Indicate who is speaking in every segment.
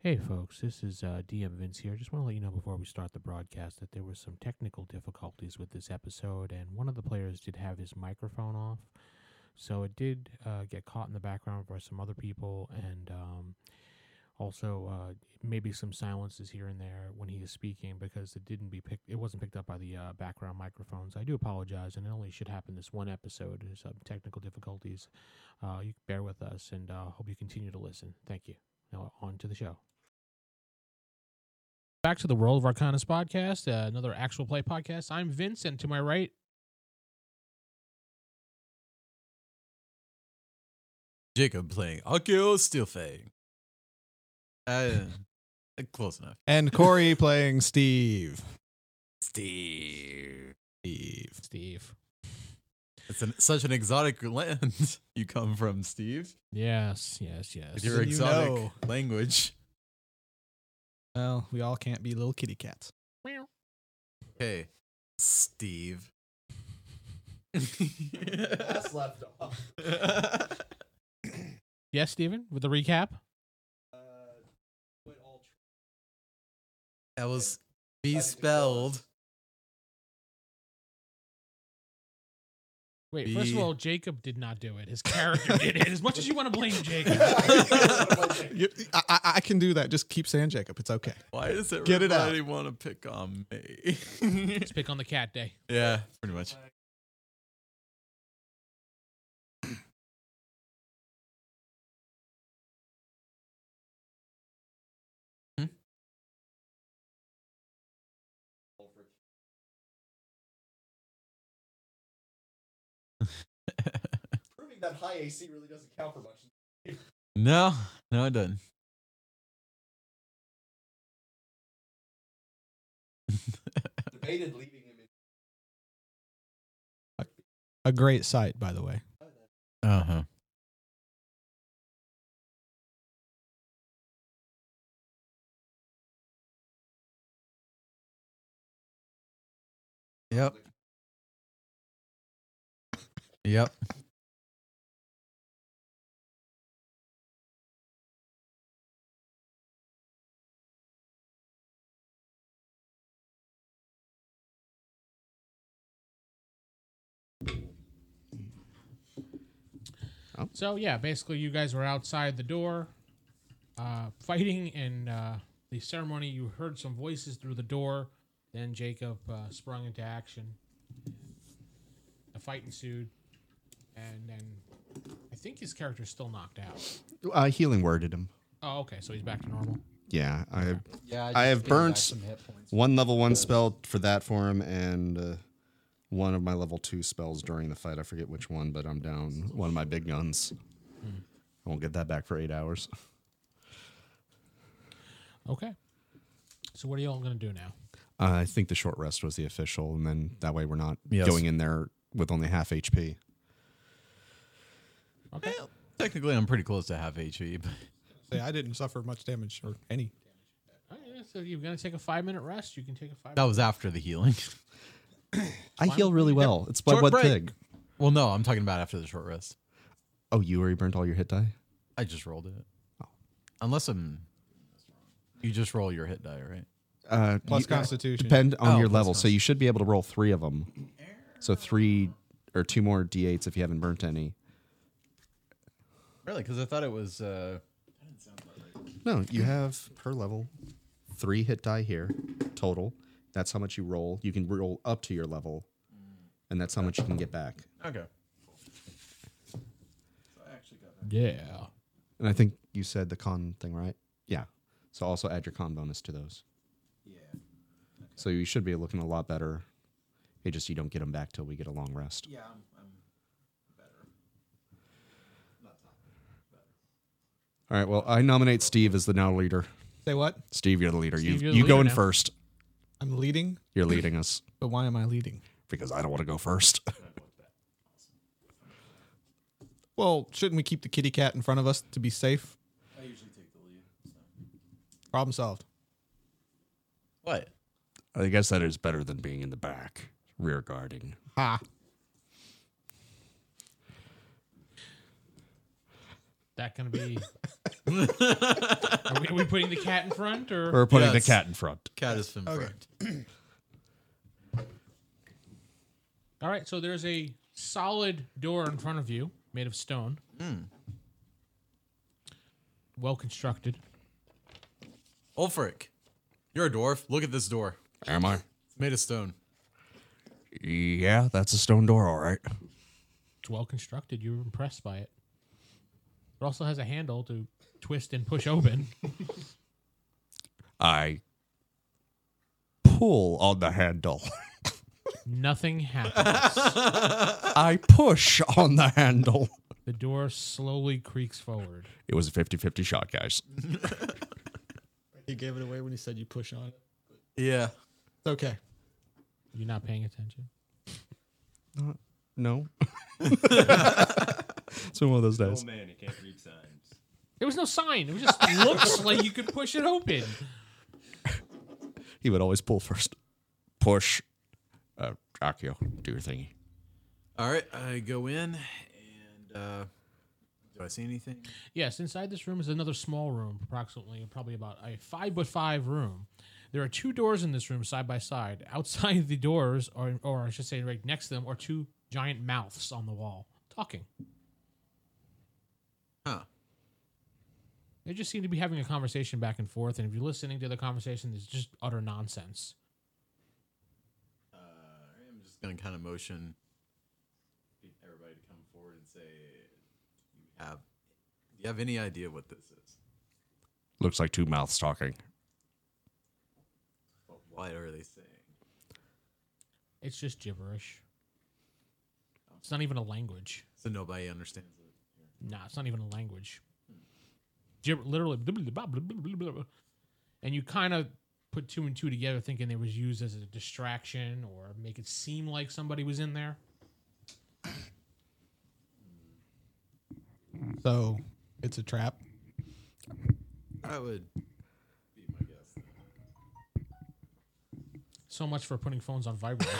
Speaker 1: Hey, folks, this is uh, DM Vince here. Just want to let you know before we start the broadcast that there was some technical difficulties with this episode, and one of the players did have his microphone off. So it did uh, get caught in the background for some other people, and um, also uh, maybe some silences here and there when he is speaking because it didn't be picked. It wasn't picked up by the uh, background microphones. I do apologize, and it only should happen this one episode. There's Some technical difficulties. Uh, you bear with us, and uh, hope you continue to listen. Thank you. Now on to the show. Back to the World of Arcanus podcast, uh, another actual play podcast. I'm Vince, and to my right
Speaker 2: Jacob playing Akio Steelfang. Uh, close enough.
Speaker 3: And Corey playing Steve.
Speaker 2: Steve.
Speaker 3: Steve.
Speaker 1: Steve.
Speaker 2: It's an, such an exotic land you come from, Steve.
Speaker 1: Yes, yes, yes.
Speaker 2: With your
Speaker 3: you
Speaker 2: exotic
Speaker 3: know.
Speaker 2: language.
Speaker 3: Well, we all can't be little kitty cats.
Speaker 2: Hey, Steve.
Speaker 3: left off.
Speaker 1: Yes, Steven, with the recap.
Speaker 3: Uh,
Speaker 2: that was be spelled.
Speaker 1: Wait, first of
Speaker 2: Be-
Speaker 1: all, Jacob did not do it. His character did it. As much as you want to blame Jacob.
Speaker 3: You- I, I, I can do that. Just keep saying Jacob. It's okay.
Speaker 2: Why does everybody
Speaker 3: Get it out.
Speaker 2: want to pick on me?
Speaker 1: Let's pick on the cat day.
Speaker 2: yeah, pretty much. Hmm?
Speaker 4: proving that high AC really doesn't count for much.
Speaker 2: No, no, it doesn't.
Speaker 4: Debated leaving him in.
Speaker 3: A great sight, by the way.
Speaker 2: Uh huh. Yep. Yep.
Speaker 1: So yeah, basically you guys were outside the door, uh, fighting, and uh, the ceremony. You heard some voices through the door. Then Jacob uh, sprung into action. The fight ensued, and then I think his character's still knocked out.
Speaker 4: Uh, healing worded him.
Speaker 1: Oh, okay, so he's back to normal.
Speaker 4: Yeah, I
Speaker 5: Yeah,
Speaker 4: I have burnt
Speaker 5: hit points.
Speaker 4: one level one spell for that for him, and uh, one of my level two spells during the fight. I forget which one, but I'm down one of my big guns. I won't get that back for eight hours.
Speaker 1: Okay. So what are y'all gonna do now?
Speaker 4: Uh, I think the short rest was the official, and then that way we're not
Speaker 2: Yes.
Speaker 4: going in there with only half HP.
Speaker 1: Okay.
Speaker 2: Eh, Technically, I'm pretty close to half HP. But
Speaker 3: Say, I didn't suffer much damage or any.
Speaker 1: All right, Uh, so you're gonna take a five minute rest. You can take a five.
Speaker 2: that was after the healing.
Speaker 4: I heal really well. It's but
Speaker 2: Short
Speaker 4: what
Speaker 2: break.
Speaker 4: thing?
Speaker 2: Well, no, I'm talking about after the short rest.
Speaker 4: Oh, you already burnt all your hit die.
Speaker 2: I just rolled it. Unless I'm, you just roll your hit die, right?
Speaker 4: Uh,
Speaker 3: Plus
Speaker 4: you-
Speaker 3: Constitution.
Speaker 4: Depend on
Speaker 2: Oh,
Speaker 4: your
Speaker 2: plus
Speaker 4: level, so you should be able to roll three of them. So three or two more d8s if you haven't burnt any.
Speaker 2: Really? Because I thought it was. uh
Speaker 4: No, you have per level three hit die here total. That's how much you roll. You can roll up to your level, and that's how much you can get back.
Speaker 2: Okay.
Speaker 1: yeah.
Speaker 4: And I think you said the con thing, right? Yeah. So also add your con bonus to those. Yeah. So you should be looking a lot better. It just you don't get them back till we get a long rest.
Speaker 5: Yeah, I'm, I'm
Speaker 4: All right. Well, I nominate Steve as the now leader.
Speaker 3: Say what?
Speaker 4: Steve, you're the leader.
Speaker 1: Steve,
Speaker 4: you
Speaker 1: you're
Speaker 4: you
Speaker 1: the
Speaker 4: go
Speaker 1: leader
Speaker 4: in
Speaker 1: now.
Speaker 4: first.
Speaker 3: I'm leading,
Speaker 4: You're leading us
Speaker 3: but why am I leading?
Speaker 4: because I don't want to go first.
Speaker 3: Well, shouldn't we keep the kitty cat in front of us to be safe? I usually take the lead. Problem solved.
Speaker 2: What?
Speaker 4: I guess that is better than being in the back, rear guarding.
Speaker 3: Ha.
Speaker 1: that going to be? are, we, are we putting the cat in front or?
Speaker 4: We're putting
Speaker 2: Yes.
Speaker 4: the cat in front.
Speaker 2: Cat is fin front.
Speaker 1: All right, so there's a solid door in front of you, made of stone. Well constructed.
Speaker 2: Ulfric, you're a dwarf. Look at this door.
Speaker 4: Am I?
Speaker 2: It's made of stone.
Speaker 4: Yeah, that's a stone door, all right.
Speaker 1: It's well constructed. You're impressed by it. It also has a handle to twist and push open.
Speaker 4: I pull on the handle.
Speaker 1: Nothing happens.
Speaker 4: I push on the handle.
Speaker 1: The door slowly creaks forward.
Speaker 4: It was a 50-50 shot, guys.
Speaker 3: You gave it away when you said you push on it.
Speaker 2: Yeah.
Speaker 3: It's okay.
Speaker 1: You're not paying attention.
Speaker 6: No. it's been one of those
Speaker 1: Oh,
Speaker 6: days.
Speaker 7: man, it can't read signs.
Speaker 1: There was no sign. It was just looks like you could push it open.
Speaker 6: He would always pull first.
Speaker 4: Push. Uh, Akio, do your thingy.
Speaker 2: All right. I go in and uh, do I see anything?
Speaker 1: Yes, inside this room is another small room, approximately probably about a five by five room. There are two doors in this room side by side. Outside the doors, or or I should say, right next to them, are two giant mouths on the wall talking.
Speaker 2: Huh.
Speaker 1: They just seem to be having a conversation back and forth, and if you're listening to the conversation, it's just utter nonsense.
Speaker 2: I'm just gonna kind of motion everybody to come forward and say, "Do you have, do you have any idea what this is?
Speaker 4: Looks like two mouths talking.
Speaker 2: What, what are they saying?"
Speaker 1: It's just gibberish. It's not even a language.
Speaker 2: So nobody understands it.
Speaker 1: Nah, it's not even a language. Gib- literally, blah, blah, blah, blah, blah, blah, blah. and you kind of put two and two together, thinking it was used as a distraction or make it seem like somebody was in there.
Speaker 3: So it's a trap.
Speaker 2: I would be my guess.
Speaker 1: So much for putting phones on vibrate.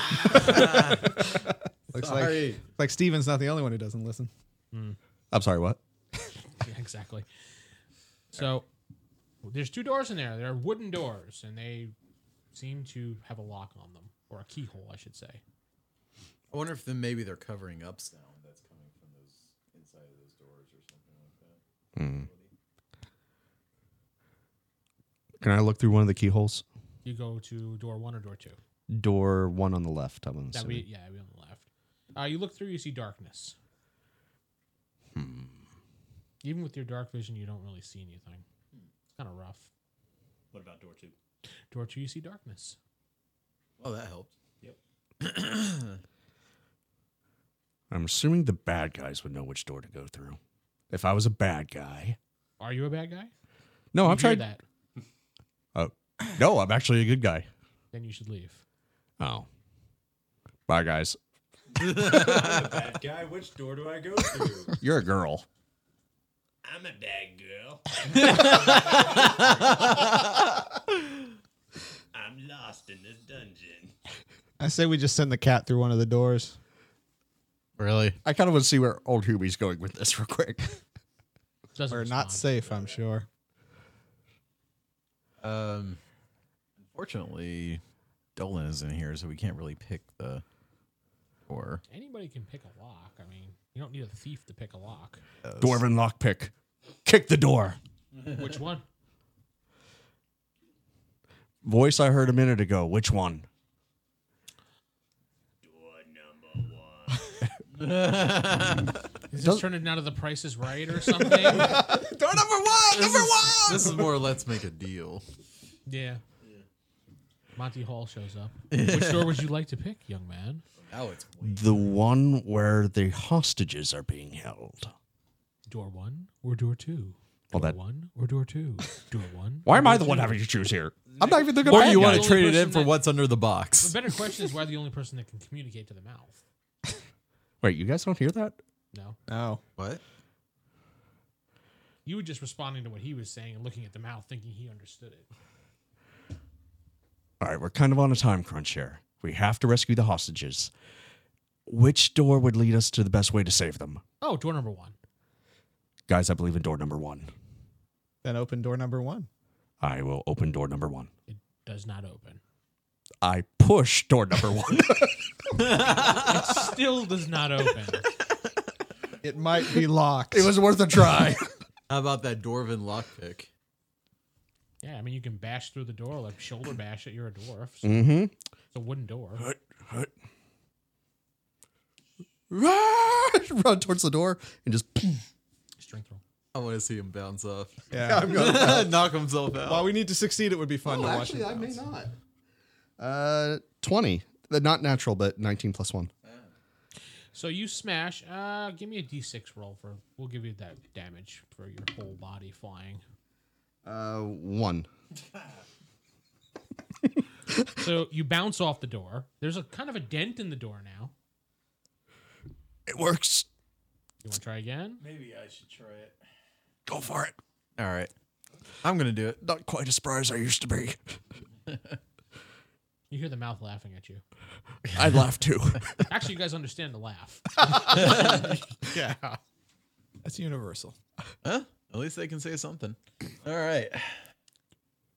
Speaker 3: Looks
Speaker 2: Sorry.
Speaker 3: like like Steven's not the only one who doesn't listen.
Speaker 6: I'm sorry, what?
Speaker 1: yeah, exactly. So there's two doors in there. They're wooden doors, and they seem to have a lock on them or a keyhole, I should say.
Speaker 2: I wonder if then maybe they're covering up sound that's coming from those inside of those doors or something like that.
Speaker 6: Can I look through one of the keyholes?
Speaker 1: You go to door one or door two.
Speaker 6: Door one on the left, I'm
Speaker 1: That
Speaker 6: assuming.
Speaker 1: we yeah, we on the left. Uh, you look through, you see darkness.
Speaker 4: Hmm.
Speaker 1: Even with your dark vision, you don't really see anything. It's kind of rough.
Speaker 7: What about door two?
Speaker 1: Door two, you see darkness.
Speaker 2: Well, that helped.
Speaker 4: I'm assuming the bad guys would know which door to go through. If I was a bad guy.
Speaker 1: Are you a bad guy?
Speaker 4: No,
Speaker 1: You
Speaker 4: I'm
Speaker 1: hear
Speaker 4: trying.
Speaker 1: that.
Speaker 4: Oh, no, I'm actually a good guy.
Speaker 1: Then you should leave.
Speaker 4: Oh. Bye, guys.
Speaker 7: I'm a bad guy. Which door do I go through?
Speaker 4: You're a girl.
Speaker 7: I'm a bad girl. I'm lost in this dungeon.
Speaker 3: I say we just send the cat through one of the doors.
Speaker 2: Really?
Speaker 4: I kind of want to see where old Hubie's going with this real quick.
Speaker 1: Doesn't
Speaker 3: We're not
Speaker 1: respond.
Speaker 3: safe, I'm sure.
Speaker 2: Um, unfortunately, Dolan isn't here, so we can't really pick the door.
Speaker 1: Anybody can pick a lock. I mean, you don't need a thief to pick a lock.
Speaker 4: Dwarven lockpick. Kick the door.
Speaker 1: Which one?
Speaker 4: Voice I heard a minute ago. Which one?
Speaker 1: Is this turning out of the Price is Right or something?
Speaker 4: Oh,
Speaker 2: Door number one. Number one. This is more. Let's make a deal.
Speaker 1: yeah. Monty Hall shows up. Which door would you like to pick, young man?
Speaker 2: Now it's
Speaker 4: The one where the hostages are being held.
Speaker 1: Door one or door two? Door
Speaker 4: Well, that-
Speaker 1: one or door two? Door one.
Speaker 4: Why
Speaker 1: or
Speaker 4: am I
Speaker 1: door
Speaker 4: the one
Speaker 1: two?
Speaker 4: having to choose here?
Speaker 2: I'm not even thinking.
Speaker 4: about
Speaker 2: Or
Speaker 4: it,
Speaker 2: you
Speaker 4: guys.
Speaker 2: want
Speaker 1: The
Speaker 2: to
Speaker 1: only
Speaker 2: trade it
Speaker 1: person
Speaker 2: in for
Speaker 1: that-
Speaker 2: what's under the
Speaker 1: The
Speaker 2: box?
Speaker 1: better question is why the only person that can communicate to the mouth.
Speaker 4: Wait, you guys don't hear that?
Speaker 1: No,
Speaker 3: No.
Speaker 2: What?
Speaker 1: you were just responding to what he was saying and looking at the mouth, thinking he understood it.
Speaker 4: All right, we're kind of on a time crunch here. We have to rescue the hostages. Which door would lead us to the best way to save them?
Speaker 1: Oh, door number one.
Speaker 4: Guys, I believe in door number one.
Speaker 3: Then open door number one.
Speaker 4: I will open door number one.
Speaker 1: It does not open.
Speaker 4: I push door number one.
Speaker 1: It still does not open.
Speaker 3: It might be locked.
Speaker 4: it was worth a try.
Speaker 2: How about that dwarven lockpick?
Speaker 1: Yeah, I mean you can bash through the door like shoulder bash it. You're a dwarf. So
Speaker 4: mm-hmm.
Speaker 1: it's a wooden door.
Speaker 4: Hut, hut.
Speaker 6: Run towards the door and just
Speaker 1: Strength roll.
Speaker 2: I want to see him bounce off.
Speaker 3: yeah.
Speaker 2: Knock himself out.
Speaker 3: While we need to succeed, it would be fun to watch.
Speaker 6: actually,
Speaker 3: him
Speaker 6: I may
Speaker 3: bounce.
Speaker 6: not. Uh, twenty. Uh, Not natural, but nineteen plus one.
Speaker 1: So you smash. Uh, give me a d6 roll for. We'll give you that damage for your whole body flying.
Speaker 6: Uh, one.
Speaker 1: So you bounce off the door. There's a kind of a dent in the door now.
Speaker 4: It works.
Speaker 1: You want to try again?
Speaker 7: Maybe I should try it.
Speaker 4: Go for it.
Speaker 2: All right. I'm going to do it.
Speaker 4: Not quite as surprised as I used to be.
Speaker 1: You hear the mouth laughing at you.
Speaker 4: I laugh too.
Speaker 1: Actually, you guys understand the laugh.
Speaker 3: Yeah. That's universal.
Speaker 2: Huh? At least they can say something. All right.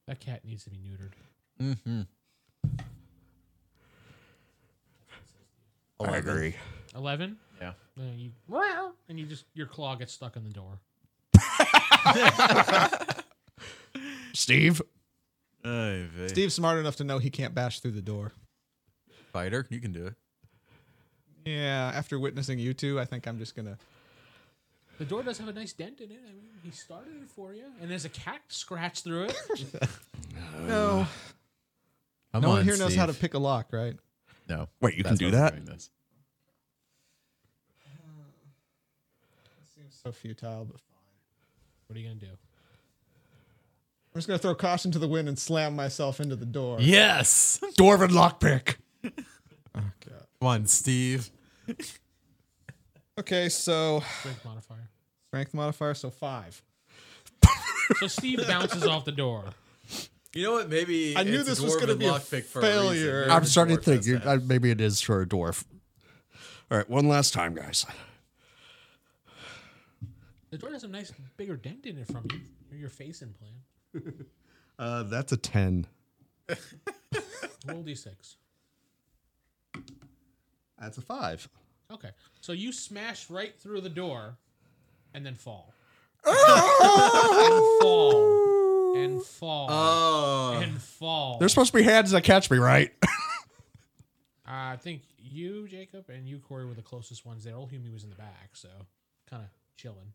Speaker 1: That cat needs to be neutered.
Speaker 2: Mm-hmm.
Speaker 6: Oh,
Speaker 4: I agree.
Speaker 1: Eleven.
Speaker 2: Yeah.
Speaker 1: Uh, you, wow, and you just your claw gets stuck in the door.
Speaker 4: Steve,
Speaker 2: Ay, vey.
Speaker 3: Steve's smart enough to know he can't bash through the door.
Speaker 2: Fighter, you can do it.
Speaker 3: Yeah. After witnessing you two, I think I'm just gonna.
Speaker 1: The door does have a nice dent in it. I mean, he started it for you, and there's a cat scratch through it.
Speaker 3: No.
Speaker 2: Come
Speaker 3: no one
Speaker 2: on,
Speaker 3: here knows how to
Speaker 2: Steve.
Speaker 3: pick a lock, right?
Speaker 2: No.
Speaker 4: Wait, you can
Speaker 2: That's
Speaker 4: do
Speaker 2: why we're
Speaker 4: that?
Speaker 2: doing this.
Speaker 3: Seems so futile, but
Speaker 1: What are you gonna do?
Speaker 3: I'm just gonna throw caution to the wind and slam myself into the door.
Speaker 2: Yes.
Speaker 4: dwarven lockpick.
Speaker 2: Come on, Steve.
Speaker 3: Okay, so
Speaker 1: Strength modifier.
Speaker 3: strength modifier, so five.
Speaker 1: So Steve bounces off the door.
Speaker 2: You know what? Maybe
Speaker 3: I knew
Speaker 2: it's
Speaker 3: this was
Speaker 2: dwarven
Speaker 3: gonna be a
Speaker 2: lockpick for
Speaker 3: failure.
Speaker 2: A reason.
Speaker 4: I'm starting to
Speaker 2: Dwarf does
Speaker 4: think you're,
Speaker 2: that.
Speaker 4: uh, maybe it is for a dwarf. All right, one last time, guys.
Speaker 1: The door has a nice bigger dent in it from you. You're your face in plan.
Speaker 6: Uh, that's a ten.
Speaker 1: Roll d6.
Speaker 6: That's a five.
Speaker 1: Okay. So you smash right through the door and then fall. and fall. And fall.
Speaker 2: Oh.
Speaker 1: and fall.
Speaker 4: There's supposed to be hands that catch me, right?
Speaker 1: I think you, Jacob, and you, Corey, were the closest ones there. Old Hume was in the back, so kind of chilling.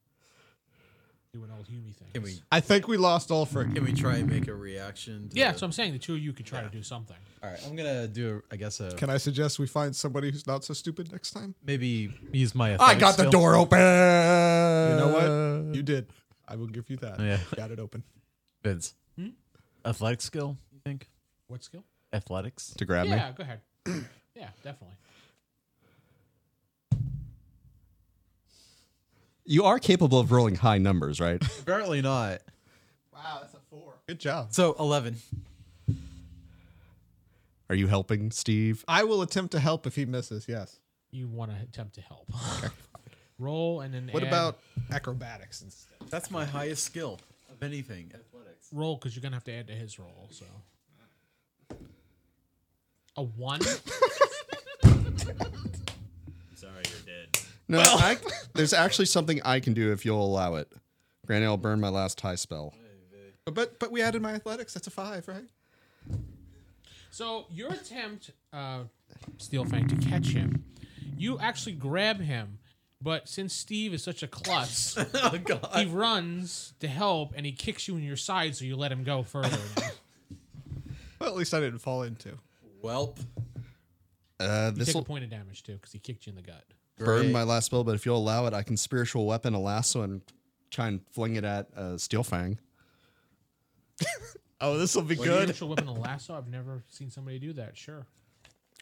Speaker 1: Doing old Hume things.
Speaker 2: Can we
Speaker 3: I think we lost Ulfric.
Speaker 2: can we try and make a reaction? To
Speaker 1: yeah, so I'm saying the two of you could try to do something.
Speaker 2: All right. I'm gonna do. A, I guess a,
Speaker 3: Can I suggest we find somebody who's not so stupid next time?
Speaker 2: maybe use my.
Speaker 4: I got the
Speaker 2: skill.
Speaker 4: door open. You
Speaker 3: You
Speaker 4: know
Speaker 3: know what? You did. I will give you that.
Speaker 2: Uh. Yeah.
Speaker 3: Got it open.
Speaker 2: Vince. Athletic skill. You think?
Speaker 1: What skill?
Speaker 2: Athletics.
Speaker 6: To grab me.
Speaker 1: yeah, go ahead. yeah, definitely.
Speaker 6: You are capable of rolling high numbers, right?
Speaker 2: Apparently not.
Speaker 3: Wow, that's a four. Good job.
Speaker 2: So eleven.
Speaker 6: Are you helping, Steve?
Speaker 3: I will attempt to help if he misses. Yes.
Speaker 1: You want to attempt to help. Roll and then
Speaker 3: What
Speaker 1: add-
Speaker 3: about acrobatics instead?
Speaker 2: That's my highest skill of anything. Athletics.
Speaker 1: roll because you're gonna have to add to his roll. So a one.
Speaker 7: Sorry, you're dead.
Speaker 6: No, I, there's actually something I can do if you'll allow it. Granted, I'll burn my last high spell.
Speaker 3: But but we added my athletics. That's a five, right?
Speaker 1: so your attempt, uh, Steelfang, to catch him, you actually grab him. But since Steve is such a klutz,
Speaker 2: Oh God.
Speaker 1: he runs to help and he kicks you in your side, so you let him go further. now.
Speaker 3: Well, at least I didn't fall into.
Speaker 2: Welp.
Speaker 6: Uh,
Speaker 1: You
Speaker 6: this
Speaker 1: take a
Speaker 6: will
Speaker 1: point of damage too because he kicked you in the gut.
Speaker 6: burn
Speaker 2: Great.
Speaker 6: my last spell, but if you'll allow it, I can spiritual weapon a lasso and try and fling it at uh, Steelfang.
Speaker 3: Oh, this will be
Speaker 1: Good. weapon, a lasso. I've never seen somebody do that. Sure.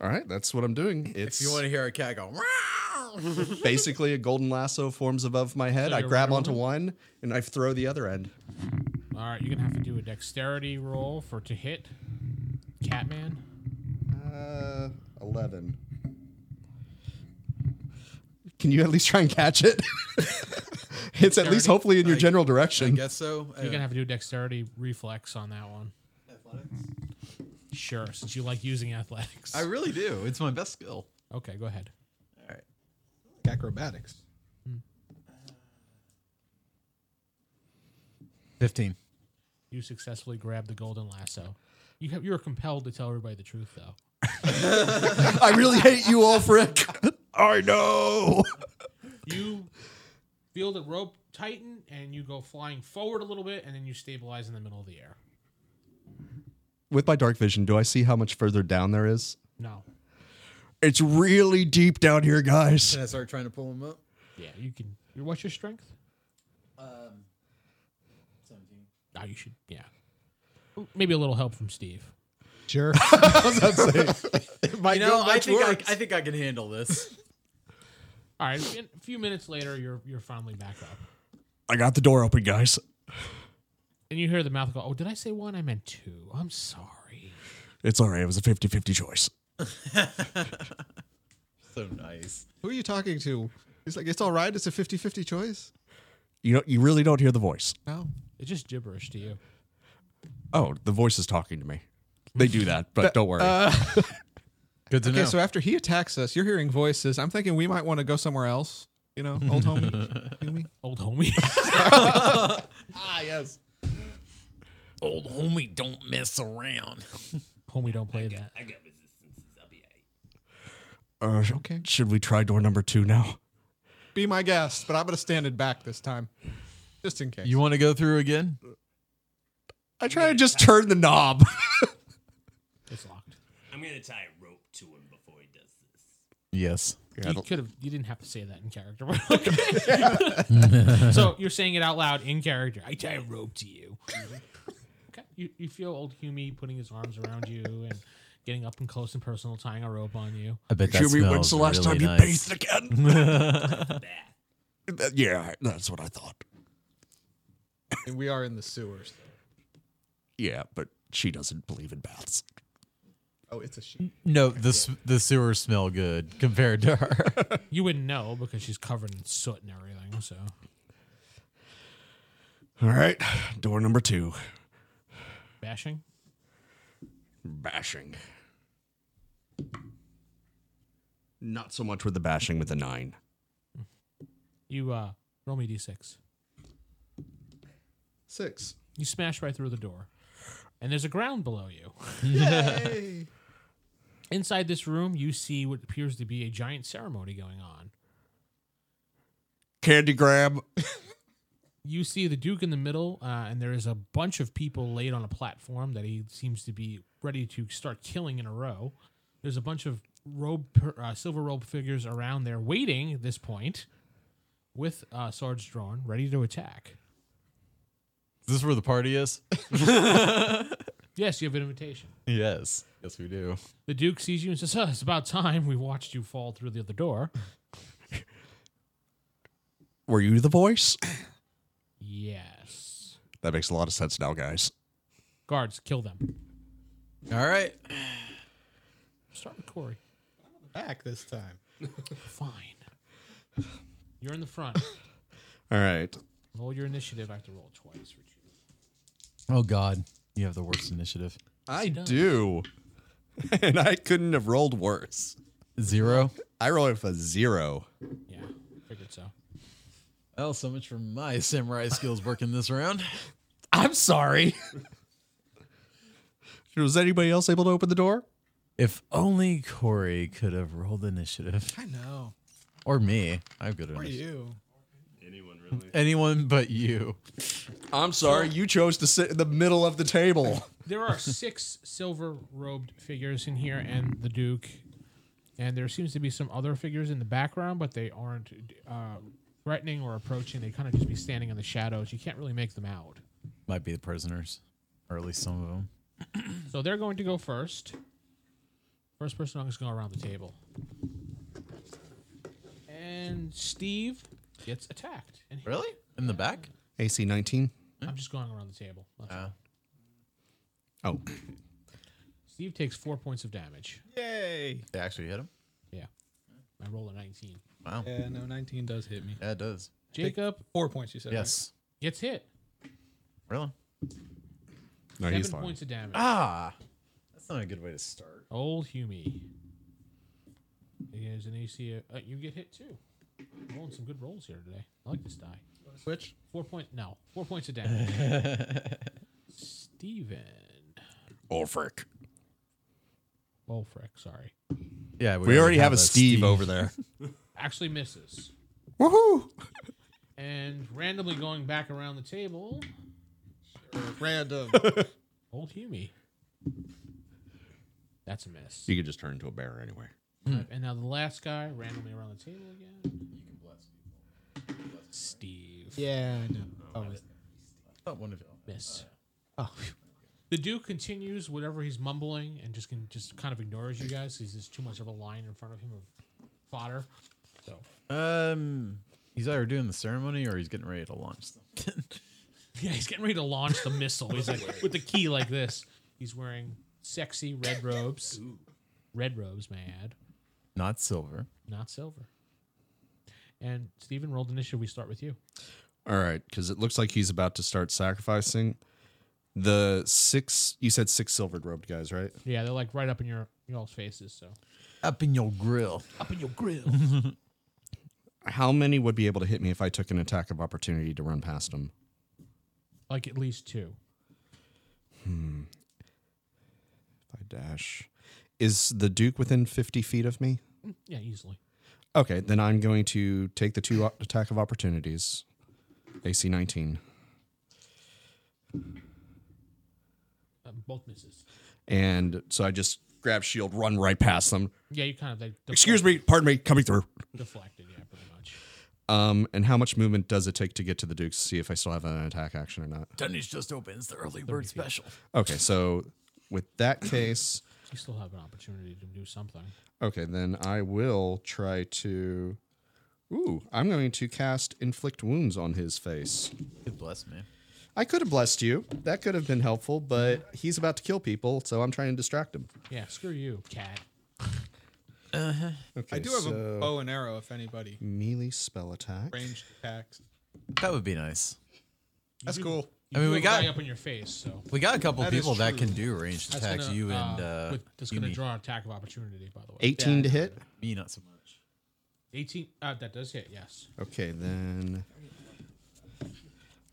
Speaker 6: All right, that's what I'm doing. It's
Speaker 2: If you want to hear a cat go, "Meow,"
Speaker 6: basically a golden lasso forms above my head.
Speaker 1: So
Speaker 6: I
Speaker 1: you're
Speaker 6: grab
Speaker 1: Wonder
Speaker 6: onto one and I throw the other end.
Speaker 1: All right, you're gonna have to do a dexterity roll for to hit Catman.
Speaker 6: Uh, 11. Can you at least try and catch it? It's at
Speaker 2: Dexterity?
Speaker 6: least hopefully in your
Speaker 2: I-
Speaker 6: general
Speaker 2: I
Speaker 6: direction.
Speaker 2: guess so. Uh,
Speaker 1: You're gonna have to do dexterity reflex on that one.
Speaker 2: athletics.
Speaker 1: Sure, since you like using athletics.
Speaker 2: I really do. It's my best skill.
Speaker 1: okay, go ahead.
Speaker 2: All right.
Speaker 3: Acrobatics.
Speaker 2: 15.
Speaker 1: You successfully grab the golden lasso. You have, you're compelled to tell everybody the truth, though.
Speaker 6: I really hate you, Ulfric.
Speaker 4: I know.
Speaker 1: You feel the rope tighten, and you go flying forward a little bit, and then you stabilize in the middle of the air.
Speaker 6: With my dark vision, do I see how much further down there is?
Speaker 1: No.
Speaker 4: It's really deep down here, guys.
Speaker 2: Can I start trying to pull him up?
Speaker 1: Yeah, you can. What's your strength?
Speaker 2: Um, 17.
Speaker 1: No, Ah, you should. Yeah. Maybe a little help from Steve.
Speaker 3: Sure.
Speaker 2: you know, I think I, I think I can handle this.
Speaker 1: All right. A few minutes later, you're you're finally back up,
Speaker 4: I got the door open, guys.
Speaker 1: and you hear the mouth go, "Oh, did I say one? I meant two. I'm sorry."
Speaker 4: It's all right. It was a 50 50 choice.
Speaker 2: so nice.
Speaker 3: Who are you talking to? He's like, it's all right. It's a 50 50 choice.
Speaker 4: You, don't, you really don't hear the voice.
Speaker 3: No.
Speaker 1: It's just gibberish to you.
Speaker 4: Oh, the voice is talking to me. They do that, but don't worry.
Speaker 2: Good to
Speaker 3: Okay,
Speaker 2: know.
Speaker 3: so after he attacks us, you're hearing voices. I'm thinking we might want to go somewhere else. You know, old homie. Homie.
Speaker 1: Old homie.
Speaker 3: ah, yes.
Speaker 2: Old homie, don't mess around.
Speaker 1: homie, don't play that.
Speaker 4: Uh,
Speaker 3: Okay.
Speaker 4: Should we try door number two now?
Speaker 3: Be my guest, but I'm going to stand it back this time, just in case.
Speaker 2: You want to go through again?
Speaker 4: I try to just turn the knob.
Speaker 1: It's locked.
Speaker 8: I'm gonna tie a rope to him before he does this.
Speaker 2: Yes.
Speaker 1: you could have. You didn't have to say that in character. so you're saying it out loud in character. I tie a rope to you. Okay. You, you feel old Humie putting his arms around you and getting up and close and personal, tying a rope on you.
Speaker 2: I bet
Speaker 4: Jimmy, when's the last time you bathed again? That- yeah, that's what I thought.
Speaker 3: we are in the sewers.
Speaker 4: Yeah, but she doesn't believe in baths.
Speaker 3: Oh, it's a sheep.
Speaker 2: No, the s- the sewers smell good compared to her.
Speaker 1: You wouldn't know because she's covered in soot and everything. So
Speaker 4: All right, door number two.
Speaker 1: bashing.
Speaker 4: Bashing. Not so much with the bashing with the nine.
Speaker 1: You uh, roll me d6.
Speaker 3: Six.
Speaker 1: You smash right through the door, and there's a ground below you.
Speaker 3: Yay.
Speaker 1: Inside this room, you see what appears to be a giant ceremony going on.
Speaker 4: Candy grab.
Speaker 1: you see the Duke in the middle, uh, and there is a bunch of people laid on a platform that he seems to be ready to start killing in a row. There's a bunch of robe, per- uh, silver robe figures around there waiting at this point with uh, swords drawn, ready to attack.
Speaker 2: Is this where the party is?
Speaker 1: Yes, you have an invitation.
Speaker 2: yes. Yes, we do.
Speaker 1: The Duke sees you and says, oh, It's about time we watched you fall through the other door.
Speaker 4: Were you the voice?
Speaker 1: Yes.
Speaker 4: That makes a lot of sense now, guys.
Speaker 1: Guards, kill them.
Speaker 2: All right.
Speaker 1: Start with Corey.
Speaker 3: Back this time.
Speaker 1: Fine. You're in the front.
Speaker 6: All right.
Speaker 1: Roll your initiative. I have to roll twice for two.
Speaker 2: Oh God, you have the worst initiative.
Speaker 6: I do. and I couldn't have rolled worse.
Speaker 2: Zero.
Speaker 6: I rolled with a zero.
Speaker 1: Yeah, figured so.
Speaker 2: Well, so much for my samurai skills working this round.
Speaker 6: I'm sorry. Was anybody else able to open the door?
Speaker 2: If only Corey could have rolled initiative,
Speaker 3: I know.
Speaker 2: or me. I'm good at
Speaker 3: Who are
Speaker 2: initiative.
Speaker 3: you?
Speaker 8: Anyone really?
Speaker 2: Anyone but you.
Speaker 6: I'm sorry. You chose to sit in the middle of the table.
Speaker 1: There are six silver robed figures in here and the Duke. And there seems to be some other figures in the background, but they aren't uh, threatening or approaching. They kind of just be standing in the shadows. You can't really make them out.
Speaker 2: Might be the prisoners, or at least some of them.
Speaker 1: So they're going to go first. First person I'm just going around the table. And Steve gets attacked. And he-
Speaker 2: Really? In the back?
Speaker 6: AC 19.
Speaker 1: I'm just going around the table. That's all.
Speaker 6: Oh.
Speaker 1: Steve takes four points of damage.
Speaker 2: Yay! They actually hit him.
Speaker 1: Yeah. I roll a 19.
Speaker 2: Wow.
Speaker 3: Yeah, no, 19 does hit me.
Speaker 2: Yeah, it does.
Speaker 1: Jacob
Speaker 3: Four points, you said. right?
Speaker 2: Yes.
Speaker 1: gets hit.
Speaker 2: Really?
Speaker 4: No,
Speaker 1: Seven
Speaker 4: he's lying.
Speaker 1: points of damage.
Speaker 2: Ah, that's not a good way to start.
Speaker 1: Old Hume. He has an AC. Uh, you get hit too. Rolling some good rolls here today. I like this die.
Speaker 3: Switch.
Speaker 1: Four points. No, four points of damage. Steven.
Speaker 4: Oh, frick.
Speaker 1: Oh, frick. Sorry.
Speaker 2: Yeah,
Speaker 4: We already have a Steve over there.
Speaker 1: Actually misses.
Speaker 4: Woohoo!
Speaker 1: And randomly going back around the table,
Speaker 3: Random.
Speaker 1: old Hume. That's a miss.
Speaker 4: You could just turn into a bear anyway.
Speaker 1: And now the last guy, randomly around the table again. You can bless people. Steve.
Speaker 9: Yeah, I know. Oh,
Speaker 2: Not one of you.
Speaker 1: Missed.
Speaker 9: oh,
Speaker 1: The Duke continues whatever he's mumbling and just can just kind of ignores you guys because there's too much of a line in front of him of fodder. So
Speaker 2: Um, he's either doing the ceremony or he's getting ready to launch something.
Speaker 1: yeah, he's getting ready to launch the missile. He's like with the key like this. He's wearing sexy red robes. Red robes, may I add,
Speaker 2: Not silver.
Speaker 1: not silver. And Stephen rolled initiative. We start with you.
Speaker 4: All right, because it looks like he's about to start sacrificing the six. You said six silver robed guys, right?
Speaker 1: Yeah, they're like right up in your y'all's faces. So
Speaker 2: Up in your grill.
Speaker 1: up in your grill.
Speaker 4: How many would be able to hit me if I took an attack of opportunity to run past him?
Speaker 1: like at least two.
Speaker 4: If I dash, is the Duke within fifty feet of me?
Speaker 1: Yeah, easily.
Speaker 4: Okay, then I'm going to take the two o- attack of opportunities. AC nineteen
Speaker 1: Um, both misses.
Speaker 4: And so I just grab shield, run right past them.
Speaker 1: Yeah, you kind of like deflect-
Speaker 4: Excuse me, pardon me, coming through.
Speaker 1: deflected. Yeah, pretty much.
Speaker 4: Um, and how much movement does it take to get to the Duke to see if I still have an attack action or not?
Speaker 2: Tonnage just opens the early bird special.
Speaker 4: Okay, so with that case,
Speaker 1: You still have an opportunity to do something.
Speaker 4: okay, then I will try to. Ooh, I'm going to cast inflict wounds on his face.
Speaker 2: Good bless, man.
Speaker 4: I could have blessed you. That could have been helpful, but he's about to kill people, so I'm trying to distract him.
Speaker 1: Yeah, screw you, cat.
Speaker 4: Okay,
Speaker 3: I do have
Speaker 4: so
Speaker 3: a bow and arrow if anybody.
Speaker 4: melee spell attack.
Speaker 3: Ranged attacks.
Speaker 2: That would be nice.
Speaker 3: That's cool.
Speaker 1: You
Speaker 2: I mean,
Speaker 1: do
Speaker 2: we
Speaker 1: have a
Speaker 2: got-
Speaker 1: guy up in your face, so
Speaker 2: We got a couple
Speaker 3: That is
Speaker 2: people that
Speaker 3: true.
Speaker 2: can do ranged
Speaker 1: that's
Speaker 2: attacks.
Speaker 1: gonna,
Speaker 2: you and uh,
Speaker 1: with- that's going to
Speaker 2: Yumi.
Speaker 1: draw an attack of opportunity. By the way,
Speaker 4: 18 to hit.
Speaker 2: me, not so much.
Speaker 1: eighteen. Uh, that does hit. Yes.
Speaker 4: Okay, then.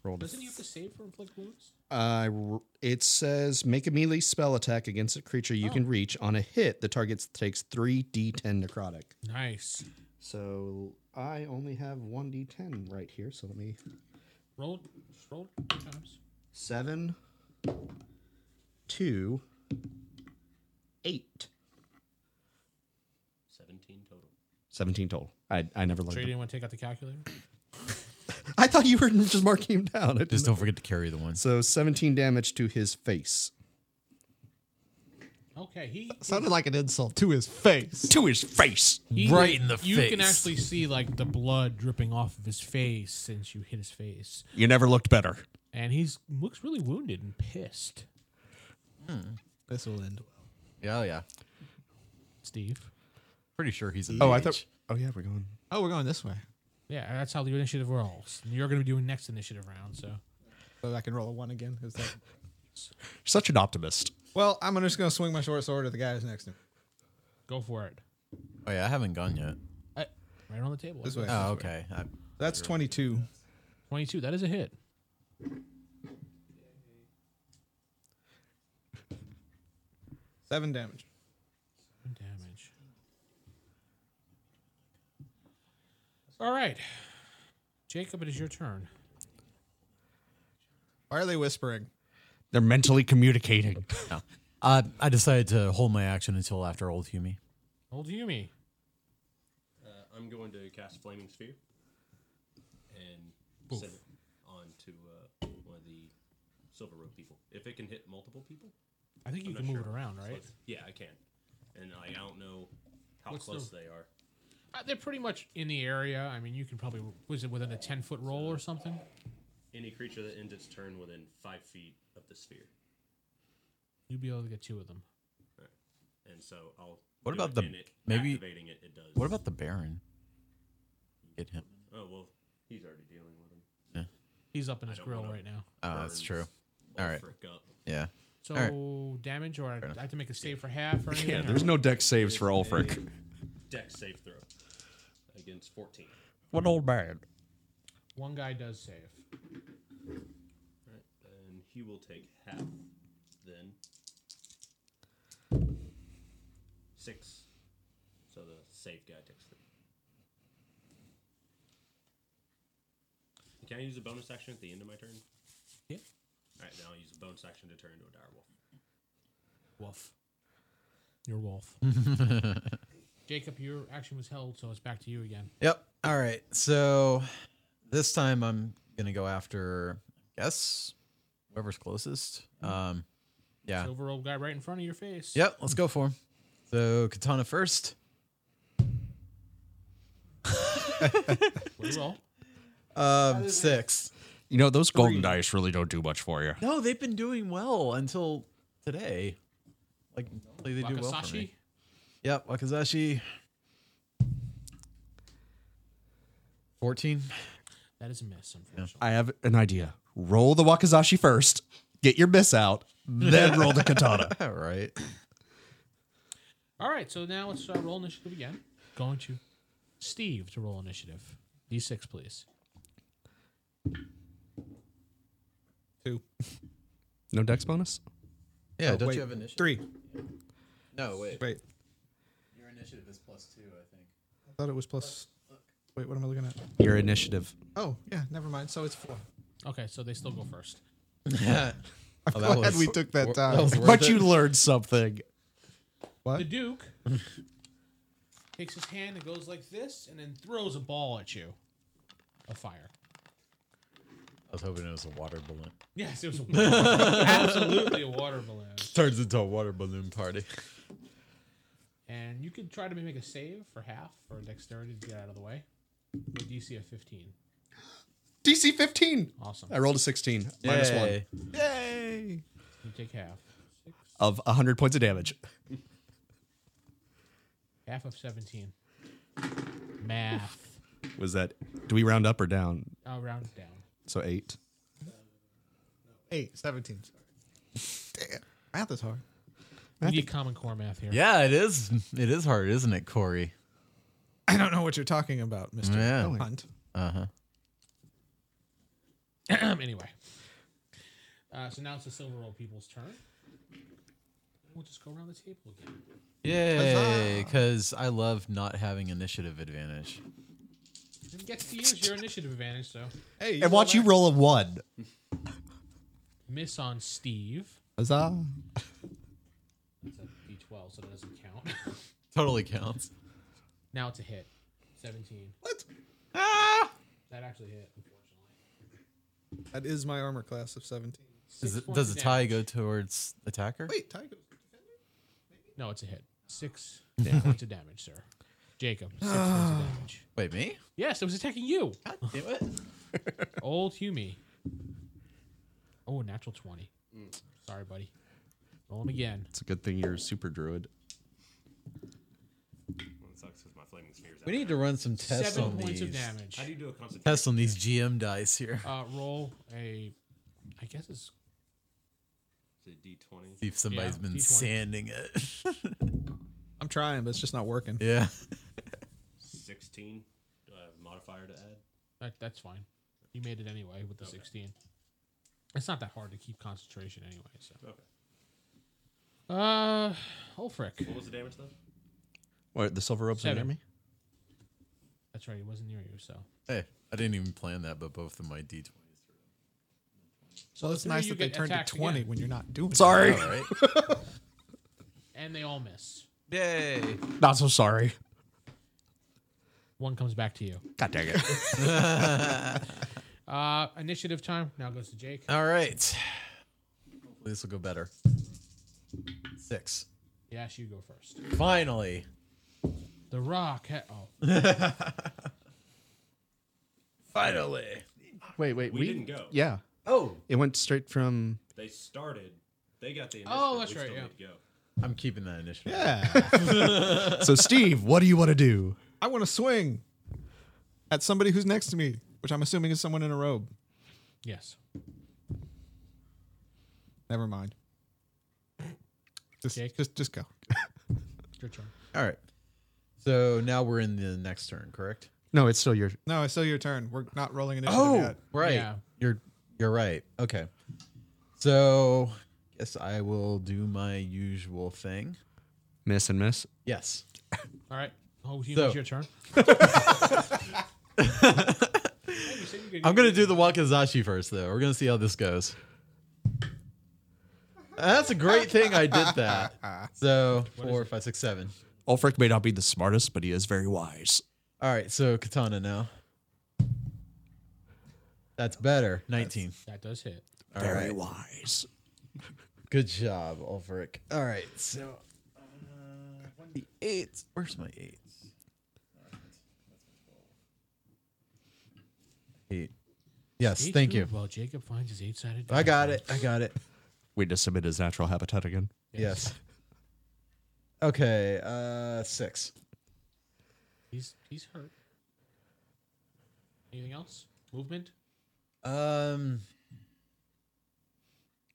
Speaker 4: Roll to
Speaker 1: Doesn't he have to save for inflict wounds?
Speaker 4: Uh, r- it says make a melee spell attack against a creature you can reach. On a hit, the target takes 3d10 necrotic.
Speaker 1: Nice.
Speaker 4: So I only have 1d10 right here. So let me.
Speaker 1: Roll, just roll two times.
Speaker 4: 7, 2, 8.
Speaker 8: 17 total.
Speaker 4: 17 total. I, I never looked.
Speaker 1: Sure, you
Speaker 4: at-
Speaker 1: didn't want to take out the calculator.
Speaker 4: I thought you were just marking him down. I didn't
Speaker 2: Just
Speaker 4: know.
Speaker 2: don't forget to carry the one.
Speaker 4: So 17 damage to his face.
Speaker 1: Okay, he
Speaker 9: sounded like an insult to his face.
Speaker 4: To his face.
Speaker 1: He-
Speaker 2: Right in the
Speaker 1: you You can
Speaker 2: face.
Speaker 1: actually see like the blood dripping off of his face since you hit his face,
Speaker 4: You never looked better.
Speaker 1: and he's looks really wounded and pissed.
Speaker 9: This will end well.
Speaker 2: Yeah, oh, yeah.
Speaker 1: Steve.
Speaker 2: Pretty sure he's.
Speaker 4: Oh, I thought. Oh, yeah, we're going.
Speaker 9: Oh, we're going this way.
Speaker 1: Yeah, that's how the initiative rolls. You're going to be doing next initiative round, so
Speaker 9: So I can roll a one again. Is that-
Speaker 4: Such an optimist.
Speaker 3: Well, I'm just going to swing my short sword at the guy who's next to me.
Speaker 1: go for it.
Speaker 2: Oh yeah, I haven't gone yet.
Speaker 1: Uh, Right on the table.
Speaker 3: This way.
Speaker 2: Oh okay. I,
Speaker 3: That's 22.
Speaker 1: 22. That is a hit.
Speaker 3: Seven damage.
Speaker 1: Damage. All right. Jacob, it is your turn.
Speaker 3: Why are they whispering?
Speaker 4: They're mentally communicating.
Speaker 2: no. I I decided to hold my action until after old Hume.
Speaker 1: Old Yumi.
Speaker 8: Uh, I'm going to cast Flaming Sphere and send it on to uh, one of the Silver Road people. If it can hit multiple people,
Speaker 1: I think you
Speaker 8: I'm
Speaker 1: can
Speaker 8: not
Speaker 1: move
Speaker 8: sure.
Speaker 1: it around,
Speaker 8: So
Speaker 1: right?
Speaker 8: it's- yeah, I can. And I don't know how
Speaker 1: What's
Speaker 8: close
Speaker 1: the-
Speaker 8: they are.
Speaker 1: Uh, they're pretty much in the area. I mean, you can probably, was it within a 10 foot roll or something?
Speaker 8: Any creature that ends its turn within five feet of the sphere.
Speaker 1: You'd be able to get two of them.
Speaker 8: And so I'll.
Speaker 2: What
Speaker 8: do
Speaker 2: about
Speaker 8: it,
Speaker 2: the-
Speaker 8: and it,
Speaker 2: maybe-
Speaker 8: activating it? It does.
Speaker 2: What about the Baron? Get him.
Speaker 8: Oh well, He's already dealing with him.
Speaker 1: He's up in his
Speaker 8: don't
Speaker 1: grill
Speaker 8: wanna-
Speaker 1: right now.
Speaker 2: Oh, that's
Speaker 8: Burns.
Speaker 2: true.
Speaker 8: All
Speaker 2: right.
Speaker 8: frick up.
Speaker 2: Yeah.
Speaker 1: So
Speaker 2: right.
Speaker 1: damage, or I, I have to make a save for half, or anything.
Speaker 6: Yeah,
Speaker 1: or-
Speaker 6: there's no deck saves for Ulfric.
Speaker 8: Dex save throw against 14.
Speaker 6: What old man?
Speaker 1: one guy does save.
Speaker 8: Right. And he will take half then. Six. So the save guy takes three. Can I use a bonus action at the end of my turn?
Speaker 1: Yeah.
Speaker 8: Alright, then I'll use a bonus action to turn into a direwolf.
Speaker 1: Wolf. You're wolf. Jacob, your action was held, so it's back to you again.
Speaker 2: Yep. All right. So this time I'm gonna go after I guess whoever's closest. Um yeah.
Speaker 1: Silver old guy right in front of your face.
Speaker 2: Yep, let's go for him. So katana first.
Speaker 1: What do you roll?
Speaker 2: Um six.
Speaker 6: You know those golden dice really don't do much for you.
Speaker 2: No, they've been doing well until today. Like they do well for
Speaker 1: Wakasashi?
Speaker 2: me. Yep, Wakazashi. Fourteen.
Speaker 1: That is a miss, unfortunately.
Speaker 6: I have an idea. Roll the Wakazashi first. Get your miss out. Then roll the katana.
Speaker 2: All right.
Speaker 1: All right, so now let's uh, roll initiative again. Going to Steve to roll initiative. D6, please.
Speaker 6: No dex bonus.
Speaker 2: Yeah,
Speaker 9: Oh,
Speaker 2: don't
Speaker 9: wait.
Speaker 2: you have initiative?
Speaker 9: Three.
Speaker 2: No, wait.
Speaker 9: Wait,
Speaker 2: Your initiative is plus two, I think.
Speaker 9: I thought it was plus. Wait, what am I looking at?
Speaker 6: Your initiative.
Speaker 9: Oh, yeah, never mind. So it's four.
Speaker 1: Okay, so they still go first.
Speaker 2: Yeah.
Speaker 9: I'm
Speaker 2: Oh, that
Speaker 9: glad
Speaker 2: was-
Speaker 9: we took that
Speaker 2: that
Speaker 9: time.
Speaker 2: was worth
Speaker 6: But
Speaker 2: it.
Speaker 6: you learned something.
Speaker 1: The Duke takes his hand and goes like this and then throws a ball at you. A fire.
Speaker 2: I was hoping it was a water balloon.
Speaker 1: Yes, it was a water absolutely a water balloon.
Speaker 2: Turns into a water balloon party.
Speaker 1: And you could try to make a save for half for dexterity to get out of the way. With DC of 15.
Speaker 4: DC 15.
Speaker 1: Awesome.
Speaker 4: I rolled a 16. Minus one.
Speaker 6: Yay!
Speaker 1: You take half. Six,
Speaker 6: Of hundred points of damage.
Speaker 1: half of 17. Math.
Speaker 6: Was that? Do we round up or down?
Speaker 1: I'll round it down.
Speaker 6: So eight.
Speaker 9: Eight, 17. Sorry. Damn. Math is hard.
Speaker 1: We need common core math here.
Speaker 2: Yeah, it is. It is hard, isn't it, Corey?
Speaker 9: I don't know what you're talking about, Mr.
Speaker 2: Yeah.
Speaker 9: Hunt.
Speaker 1: anyway. Uh, so now it's the silver roll people's turn. We'll just go around the table again.
Speaker 2: Yay! Because I love not having initiative advantage.
Speaker 1: You get to use your initiative advantage, so
Speaker 9: Hey,
Speaker 6: And watch you roll a one.
Speaker 1: miss on Steve.
Speaker 6: Huzzah.
Speaker 1: That's a D12, so that doesn't count.
Speaker 2: Totally counts.
Speaker 1: now it's a hit. 17. What? That actually hit, unfortunately.
Speaker 9: That is my armor class of 17.
Speaker 2: Does,
Speaker 1: Six
Speaker 2: it,
Speaker 1: points
Speaker 2: does
Speaker 1: of
Speaker 2: the tie
Speaker 1: damage.
Speaker 2: go towards attacker?
Speaker 9: Wait, Tiger.
Speaker 1: No, it's a hit. Six points of damage, sir. Jacob, six points of damage.
Speaker 2: Wait, me?
Speaker 1: Yes, it was attacking you,
Speaker 2: God damn it!
Speaker 1: old Humie. Oh, natural 20. Sorry, buddy. Roll him again.
Speaker 6: It's a good thing you're a super druid.
Speaker 8: Well, it sucks because my flaming sphere's
Speaker 2: We need to run some tests
Speaker 1: Seven
Speaker 2: on
Speaker 1: points
Speaker 2: these.
Speaker 1: of damage.
Speaker 8: How do you do a concentration?
Speaker 2: Tests on these GM dice here.
Speaker 1: Uh, roll a, I guess it's
Speaker 8: Is it D20?
Speaker 2: See if somebody's
Speaker 1: yeah,
Speaker 2: been
Speaker 1: D20.
Speaker 2: sanding it.
Speaker 9: I'm trying, but it's just not working.
Speaker 2: yeah.
Speaker 8: 16. Do I have a modifier to add?
Speaker 1: That, that's fine. You made it anyway with the 16. It's not that hard to keep concentration anyway. So.
Speaker 8: Okay.
Speaker 1: Uh, Ulfric.
Speaker 8: What was the damage, though?
Speaker 6: What, the silver rope's
Speaker 1: Seven.
Speaker 6: near me?
Speaker 1: That's right. He wasn't near you, so.
Speaker 2: Hey, I didn't even plan that, but both of my D20s.
Speaker 9: So it's
Speaker 1: three
Speaker 9: nice
Speaker 1: you
Speaker 9: that they
Speaker 1: get
Speaker 9: turned to
Speaker 1: attacked
Speaker 9: 20
Speaker 1: again.
Speaker 9: when you're not doing
Speaker 6: Sorry.
Speaker 2: All right.
Speaker 1: And they all miss.
Speaker 2: Yay!
Speaker 6: Not so sorry.
Speaker 1: One comes back to you.
Speaker 6: God dang it.
Speaker 1: Uh, initiative time now goes to Jake.
Speaker 2: All right. Hopefully this will go better. Six.
Speaker 1: Yes, you go first.
Speaker 2: Finally.
Speaker 1: The Rock. Ha- oh,
Speaker 2: Finally.
Speaker 6: wait, wait.
Speaker 8: We, didn't go.
Speaker 6: Yeah.
Speaker 2: Oh.
Speaker 6: It went straight from.
Speaker 8: They started. They got the initiative.
Speaker 1: Oh, that's
Speaker 8: we
Speaker 1: right,
Speaker 8: Still
Speaker 1: yeah.
Speaker 8: need to go.
Speaker 2: I'm keeping that initiative.
Speaker 9: Yeah.
Speaker 6: So, Steve, what do you want to do?
Speaker 9: I want to swing at somebody who's next to me.
Speaker 3: which I'm assuming is someone in a robe.
Speaker 1: Yes.
Speaker 3: Never mind. Just,
Speaker 1: Jake?
Speaker 3: just, just go.
Speaker 1: It's your turn.
Speaker 2: All right. So now we're in the next turn, correct?
Speaker 4: No, it's still your.
Speaker 3: No, it's still your turn. We're not rolling initiative yet.
Speaker 2: right.
Speaker 1: Yeah.
Speaker 2: You're you're right. Okay. So guess I will do my usual thing.
Speaker 4: Miss and miss.
Speaker 2: Yes.
Speaker 1: All right. Oh, you
Speaker 2: So-
Speaker 1: it's your turn.
Speaker 2: I'm gonna do the Wakazashi first though. We're gonna see how this goes. That's a great thing I did that. So four, five, six, seven.
Speaker 4: Ulfric may not be the smartest, but he is very wise.
Speaker 2: All right, so katana now. That's better. Nineteen.
Speaker 1: That does hit.
Speaker 4: very wise.
Speaker 2: Good job, Ulfric. All right, so uh, one d eights. Where's my eights? Eight. Yes,
Speaker 1: Stage
Speaker 2: thank
Speaker 1: two,
Speaker 2: you.
Speaker 1: Well, Jacob finds his eight-sided.
Speaker 2: I
Speaker 1: die.
Speaker 2: got it. I got it.
Speaker 4: We just submit his natural habitat again.
Speaker 2: Yes. Okay. Uh, six.
Speaker 1: He's he's hurt. Anything else? Movement?
Speaker 2: Um.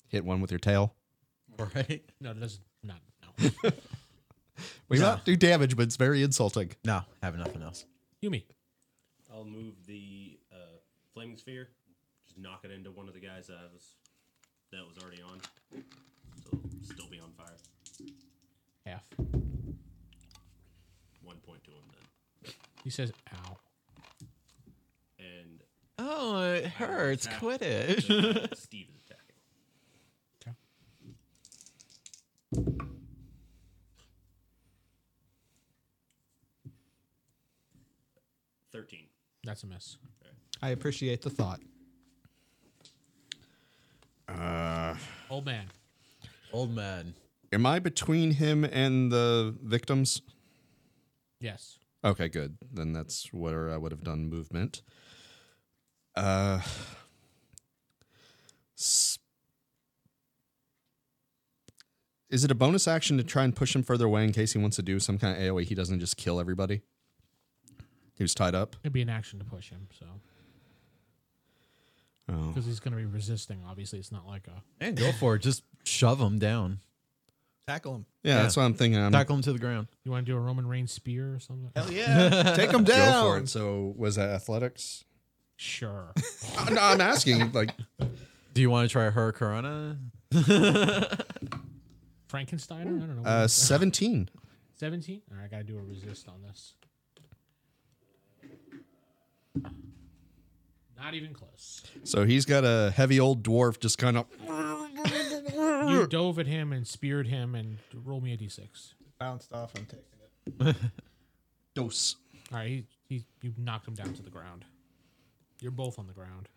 Speaker 4: Hit one with your tail.
Speaker 2: Right.
Speaker 1: No, it doesn't. Not no.
Speaker 4: We not do damage, but it's very insulting.
Speaker 2: No, have nothing else.
Speaker 1: Yumi.
Speaker 8: I'll move the uh, flaming sphere, just knock it into one of the guys that I was that was already on. So it'll still be on fire.
Speaker 1: Half.
Speaker 8: One point to him then,
Speaker 1: He says, "Ow."
Speaker 8: and
Speaker 2: Oh, it
Speaker 8: I will
Speaker 2: hurts.
Speaker 8: attack
Speaker 2: Quit it.
Speaker 8: the guy that Steve is attacking.
Speaker 1: Okay.
Speaker 8: Thirteen.
Speaker 1: That's a miss.
Speaker 3: I appreciate the thought.
Speaker 1: Old man.
Speaker 2: Old man.
Speaker 4: Am I between him and the victims?
Speaker 1: Yes.
Speaker 4: Okay, good. Then that's where I would have done movement. Uh, s- is it a bonus action to try and push him further away in case he wants to do some kind of AOE? He doesn't just kill everybody. He was tied up.
Speaker 1: It'd be an action to push him, so
Speaker 4: Oh,
Speaker 1: because he's going to be resisting. Obviously, it's not like a
Speaker 2: And go for it. Just shove him down.
Speaker 3: Tackle him.
Speaker 4: yeah, that's what I'm thinking. I'm
Speaker 2: Tackle him to the ground.
Speaker 1: you want to do a Roman Reigns spear or something.
Speaker 3: Hell yeah.
Speaker 4: take him down. Go for it. So was that athletics?
Speaker 1: Sure.
Speaker 4: Uh, no, I'm asking. Like,
Speaker 2: Do you want to try her Corona?
Speaker 1: Frankenstein. I don't know.
Speaker 4: uh, seventeen.
Speaker 1: Seventeen. All right, I got to do a resist on this. Not even close.
Speaker 4: So he's got a heavy old dwarf just kind of
Speaker 1: You dove at him and speared him, and roll me a d6.
Speaker 10: Bounced off. I'm taking it.
Speaker 4: dose.
Speaker 1: All right, he, he you knocked him down to the ground. You're both on the ground.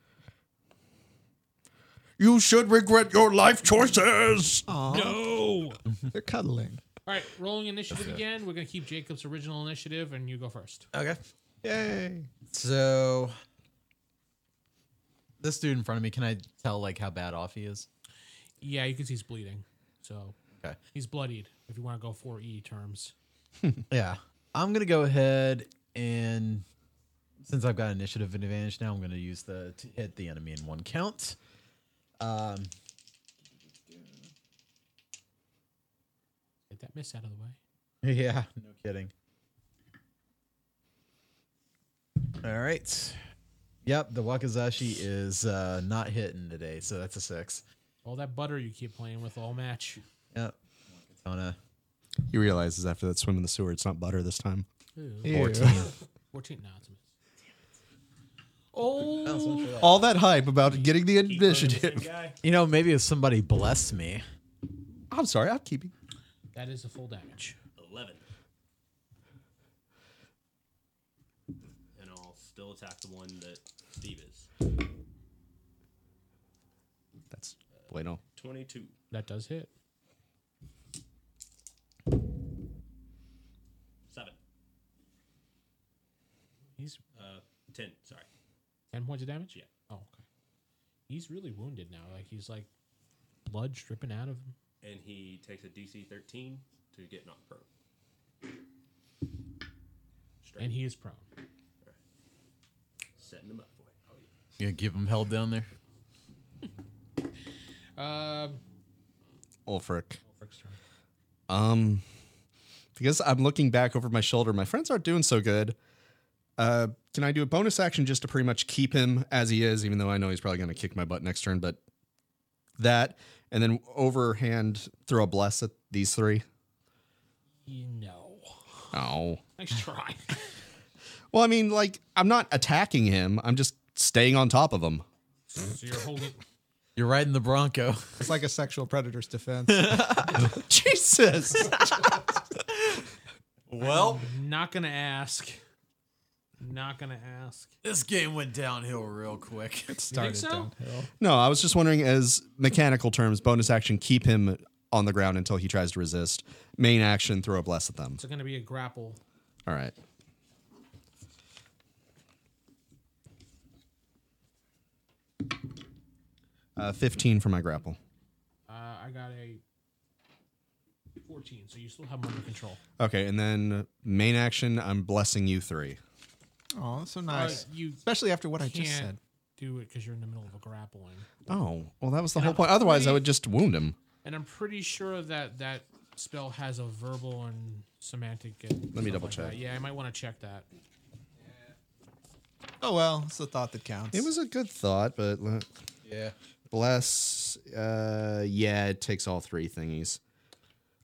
Speaker 4: You should regret your life choices.
Speaker 1: No.
Speaker 3: They're cuddling.
Speaker 1: All right, rolling initiative again. We're gonna keep Jacob's original initiative, and you go first.
Speaker 2: Okay.
Speaker 3: Yay.
Speaker 2: So this dude in front of me, can I tell like how bad off he is?
Speaker 1: Yeah, you can see he's bleeding, so
Speaker 2: Okay.
Speaker 1: he's bloodied. If you want to go four E terms,
Speaker 2: Yeah. I'm gonna go ahead and since I've got initiative and advantage now, I'm gonna use the to hit the enemy in one count. Um
Speaker 1: get that miss out of the way.
Speaker 2: yeah, no kidding. All right. Yep, the Wakazashi is uh, not hitting today, so that's a six.
Speaker 1: All that butter you keep playing with all match.
Speaker 2: Yep. Katana.
Speaker 4: He realizes after that swim in the sewer, it's not butter this time.
Speaker 1: Ew.
Speaker 3: Fourteen.
Speaker 1: Fourteen. No, it's a miss. Oh,
Speaker 4: All that hype about getting the
Speaker 11: Same
Speaker 4: initiative.
Speaker 11: guy.
Speaker 2: You know, maybe if somebody blessed me.
Speaker 4: I'm sorry, I'm keeping.
Speaker 1: that is a full damage.
Speaker 8: Eleven. And I'll still attack the one that Steve is.
Speaker 4: That's bueno.
Speaker 8: Twenty-two.
Speaker 1: That does hit.
Speaker 8: Seven.
Speaker 1: He's
Speaker 8: Uh, ten. Sorry.
Speaker 1: ten points of damage.
Speaker 8: Yeah.
Speaker 1: Oh, okay. He's really wounded now. Like he's like blood dripping out of him.
Speaker 8: And he takes a DC thirteen to get knocked prone. Straight.
Speaker 1: and he is prone.
Speaker 8: setting him up for it. Oh,
Speaker 2: Yeah, give him hell down there.
Speaker 1: Um,
Speaker 4: Ulfric. Um, because I'm looking back over my shoulder, my friends aren't doing so good. Uh, can I do a bonus action just to pretty much keep him as he is, even though I know he's probably going to kick my butt next turn? But that, and then overhand throw a bless at these three.
Speaker 1: No.
Speaker 4: Oh,
Speaker 1: Nice try.
Speaker 4: well, I mean, like I'm not attacking him. I'm just staying on top of him.
Speaker 1: so you're holding.
Speaker 2: You're riding the Bronco.
Speaker 3: It's like a sexual predator's defense.
Speaker 4: Jesus.
Speaker 2: Well,
Speaker 1: Not gonna ask. Not gonna ask.
Speaker 2: this game went downhill real quick.
Speaker 1: think
Speaker 3: Started
Speaker 1: so?
Speaker 3: downhill.
Speaker 4: No, I was just wondering, as mechanical terms, bonus action, keep him on the ground until he tries to resist. Main action, throw a bless at them.
Speaker 1: It's gonna be a grapple.
Speaker 4: All right. Uh, 15 for my grapple.
Speaker 1: Uh, I got a 14, so you still have them under control.
Speaker 4: Okay, and then main action, I'm blessing you three.
Speaker 3: Oh, that's so nice.
Speaker 1: But you
Speaker 3: Especially after what I
Speaker 1: can't
Speaker 3: just said.
Speaker 1: do it because you're in the middle of a grappling.
Speaker 4: Oh, well, that was the whole point. Otherwise, I would just wound him.
Speaker 1: And I'm pretty sure that that spell has a verbal and semantic. And
Speaker 4: Let me
Speaker 1: stuff
Speaker 4: double
Speaker 1: like
Speaker 4: check.
Speaker 1: that. Yeah, I might want to check that.
Speaker 3: Oh well, it's the thought that counts.
Speaker 4: It was a good thought, but le-
Speaker 2: yeah.
Speaker 4: bless, uh, yeah, it takes all three thingies.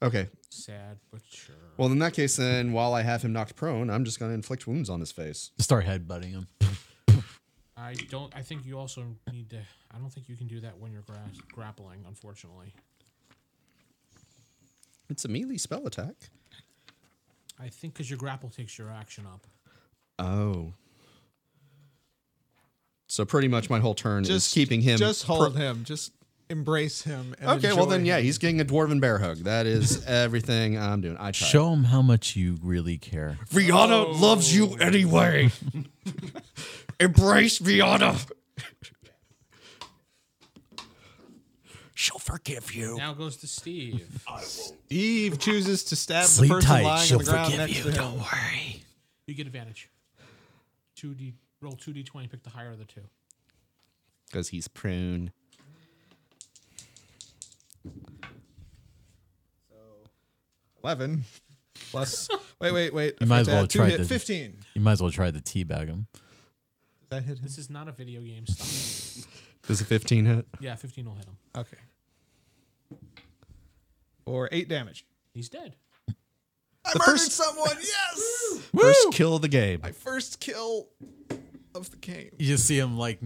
Speaker 4: Okay,
Speaker 1: Sad, but sure.
Speaker 4: Well, in that case, then while I have him knocked prone, I'm just going to inflict wounds on his face.
Speaker 2: Start headbutting him.
Speaker 1: I don't. I think you also need to. I don't think you can do that when you're gras- grappling, unfortunately.
Speaker 4: It's a melee spell attack.
Speaker 1: I think because your grapple takes your action up.
Speaker 4: Oh. So pretty much my whole turn is keeping him.
Speaker 3: Just
Speaker 4: pro-
Speaker 3: hold him. Just embrace him. and
Speaker 4: Okay, well
Speaker 3: enjoy
Speaker 4: then, yeah,
Speaker 3: him.
Speaker 4: he's getting a dwarven bear hug. That is everything I'm doing. I tried.
Speaker 2: Show him how much you really care.
Speaker 4: Rihanna loves you anyway. Embrace Rihanna. She'll forgive you.
Speaker 1: Now goes to Steve.
Speaker 3: Eve chooses to stab the person lying on the ground next to him.
Speaker 2: worry.
Speaker 1: you get advantage. Two d roll two d twenty. Pick the higher of the two.
Speaker 4: Because he's prune.
Speaker 3: Eleven. Plus, wait, wait, wait.
Speaker 2: You might as
Speaker 3: Add
Speaker 2: well
Speaker 3: two
Speaker 2: try
Speaker 3: hit.
Speaker 2: the-
Speaker 3: Fifteen. Does
Speaker 2: You might as well try to teabag him.
Speaker 3: that hit him?
Speaker 1: This is not a video game. Stop.
Speaker 4: Does a 15 hit?
Speaker 1: it. yeah, fifteen will hit him.
Speaker 3: Okay. Or eight damage.
Speaker 1: He's dead.
Speaker 3: I murdered someone. Yes.
Speaker 4: First kill of the game.
Speaker 3: My first kill of the game.
Speaker 2: You just see him like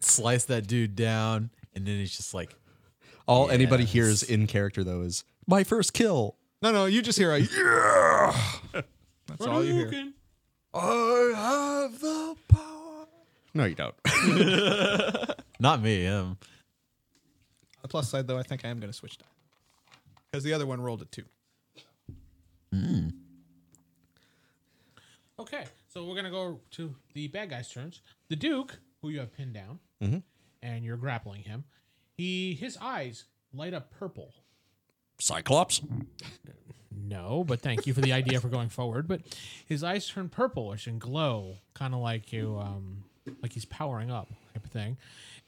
Speaker 2: slice that dude down, and then he's just like,
Speaker 4: All anybody
Speaker 2: Yes.
Speaker 4: hears in character though is my first kill.
Speaker 3: No, no, you just hear a yeah. That's all you hear.
Speaker 1: Hadouken.
Speaker 2: "I have the power."
Speaker 4: No, you don't.
Speaker 2: Not me, him.
Speaker 3: The plus side, though, I think I am going to switch die because the other one rolled a two.
Speaker 1: Okay, so we're gonna go to the bad guys' turns. The Duke, who you have pinned down, and you're grappling him. He his eyes light up purple.
Speaker 4: Cyclops.
Speaker 1: No, but thank you for the idea for going forward. But his eyes turn purplish and glow, kind of like you, um, like he's powering up type of thing.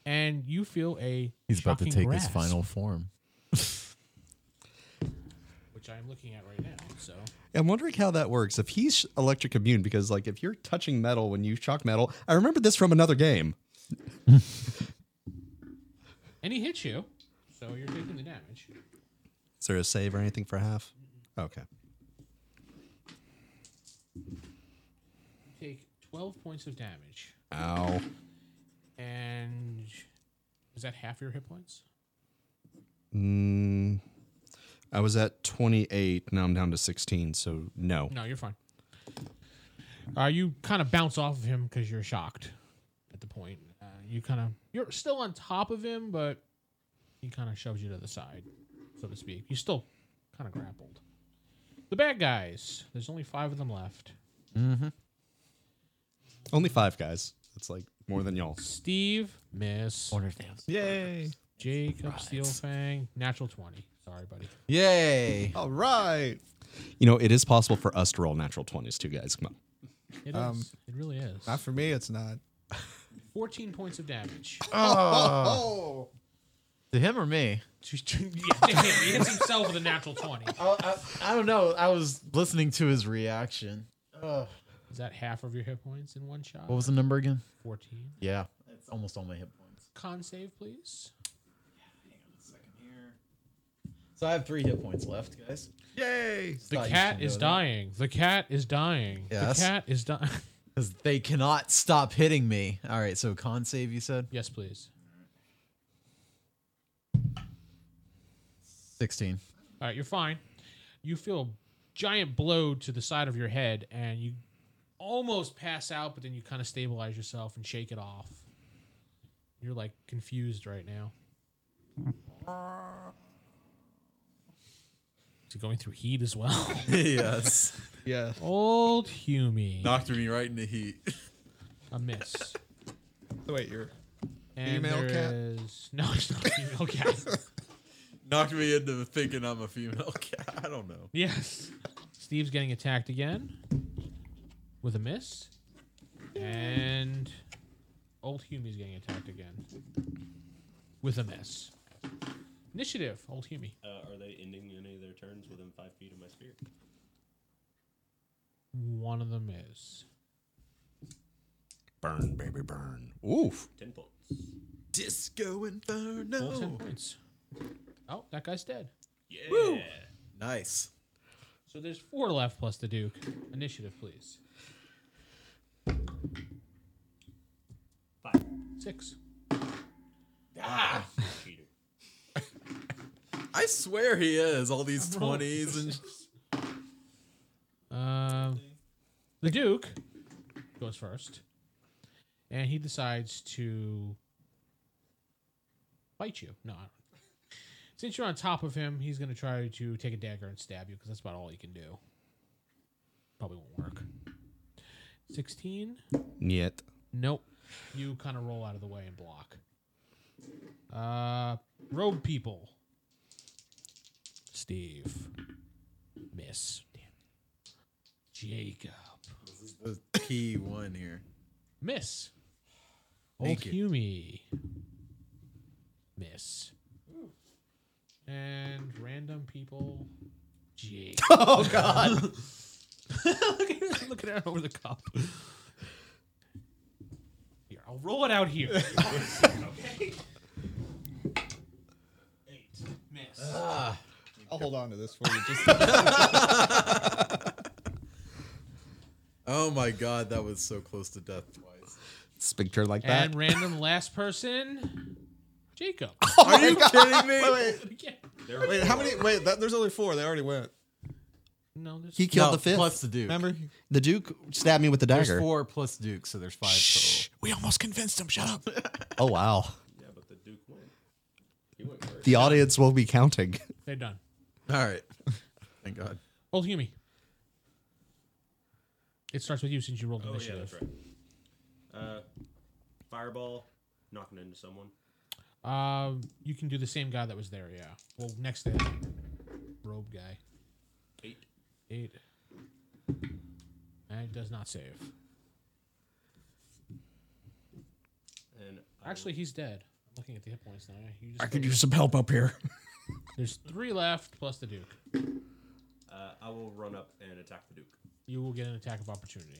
Speaker 1: And you feel a
Speaker 2: He's about to
Speaker 1: shocking
Speaker 2: take his
Speaker 1: grasp,
Speaker 2: final form.
Speaker 1: which I'm looking at right now. So
Speaker 4: I'm wondering how that works. If he's electric immune, because like if you're touching metal when you shock metal, I remember this from another game.
Speaker 1: and he hits you, so you're taking the damage.
Speaker 4: Is there a save or anything for half? Okay.
Speaker 1: You take twelve points of damage,
Speaker 4: Ow.
Speaker 1: and is that half your hit points?
Speaker 4: Mm, I was at 28. Now I'm down to 16. So no.
Speaker 1: No, you're fine. Uh, you kind of bounce off of him because you're shocked at the point. Uh, you kind of you're still on top of him, but he kind of shoves you to the side, so to speak. You still kind of grappled. The bad guys. There's only five of them left.
Speaker 4: Only five guys. That's like more than y'all.
Speaker 1: Steve, miss,
Speaker 3: Yay!
Speaker 1: Jacob, Steel Steelfang, natural twenty. Sorry, buddy.
Speaker 2: Yay!
Speaker 3: All right.
Speaker 4: You know, it is possible for us to roll natural 20s too, guys. Come on.
Speaker 1: It is. It really is.
Speaker 3: Not for me. It's not.
Speaker 1: 14 points of damage.
Speaker 2: To him or me?
Speaker 1: yeah, to him. He hits himself with a natural 20.
Speaker 2: I, Oh, I don't know. I was listening to his reaction.
Speaker 1: Is that half of your hit points in one shot?
Speaker 2: What was the number again?
Speaker 1: 14.
Speaker 2: Yeah, it's almost all my hit points.
Speaker 1: Con save, please.
Speaker 2: So I have three hit points left, guys. Yay!
Speaker 1: The cat is dying. The cat is dying.
Speaker 2: Yes.
Speaker 1: The cat is dying.
Speaker 2: Because they cannot stop hitting me. All right, so con save, you said?
Speaker 1: yes, please.
Speaker 2: 16.
Speaker 1: All right, you're fine. You feel a giant blow to the side of your head, and you almost pass out, but then you kind of stabilize yourself and shake it off. You're like confused right now. Is he going through heat as well?
Speaker 2: yes.
Speaker 3: Yeah.
Speaker 1: Old Hume,
Speaker 9: Knocked me right in the heat.
Speaker 1: a miss.
Speaker 3: So wait, you're
Speaker 1: And
Speaker 3: Female
Speaker 1: there
Speaker 3: cat?
Speaker 1: is- no, it's not a female cat.
Speaker 9: Knocked me into thinking I'm a female cat. I don't know.
Speaker 1: Yes. Steve's getting attacked again with a miss. And Old Humie's getting attacked again with a miss. Initiative, Old Humie.
Speaker 8: Uh, are they ending any of their turns within five feet of my spear?
Speaker 1: One of them is.
Speaker 4: Burn, baby, burn. Oof.
Speaker 8: Ten points.
Speaker 2: Disco
Speaker 1: Full 10
Speaker 2: Inferno.
Speaker 1: points. Oh, that guy's dead.
Speaker 8: Yeah.
Speaker 2: Nice.
Speaker 1: So there's four left plus the Duke. Initiative, please.
Speaker 8: Five.
Speaker 1: Six.
Speaker 3: Ah.
Speaker 8: Cheater.
Speaker 9: I swear he is. All these 20s and
Speaker 1: Um, the Duke goes first, and he decides to bite you. No, I don't. since you're on top of him, he's going to try to take a dagger and stab you because that's about all he can do. Probably won't work. Sixteen.
Speaker 4: Yet.
Speaker 1: Nope. You kind of roll out of the way and block. Uh, rogue people. Steve. Miss. Damn. Jacob.
Speaker 2: This is the key one here.
Speaker 1: Miss. Old
Speaker 2: Thank you.
Speaker 1: Hume. Miss. And random people. Jacob. Oh, God. look, at her, look at her over the cup. Here, I'll roll it out here. okay. Eight. Miss.
Speaker 3: I'll hold on to this for you. Just
Speaker 9: Oh my god, that was so close to death twice.
Speaker 4: Sphincter like that.
Speaker 1: and random last person. Jacob.
Speaker 8: Oh
Speaker 9: Are you kidding me?
Speaker 1: Again.
Speaker 3: wait, how many? Wait, that, there's only four. They already went.
Speaker 1: No, there's
Speaker 4: he killed
Speaker 2: No,
Speaker 4: the fifth.
Speaker 2: Plus the Duke.
Speaker 3: Remember?
Speaker 4: the Duke stabbed me with the
Speaker 2: There's
Speaker 4: dagger.
Speaker 2: four plus Duke, so there's five total.
Speaker 4: We almost convinced him. Shut up. oh wow.
Speaker 8: Yeah, but the Duke won. He went first.
Speaker 4: The audience will be counting.
Speaker 1: They're done.
Speaker 2: All right. Thank God.
Speaker 1: Old Hume. It starts with you since you rolled
Speaker 8: Oh yeah,
Speaker 1: initiative.
Speaker 8: that's right. Uh, fireball, knocking into someone.
Speaker 1: Um, you can do the same guy that was there. Yeah. Well, next day, robe guy
Speaker 8: Eight.
Speaker 1: eight, and it does not save.
Speaker 8: And I will-
Speaker 1: Actually, he's dead. I'm looking at the hit points now. You just
Speaker 4: some help up here.
Speaker 1: There's three left plus the Duke.
Speaker 8: uh, I will run up and attack the Duke.
Speaker 1: You will get an attack of opportunity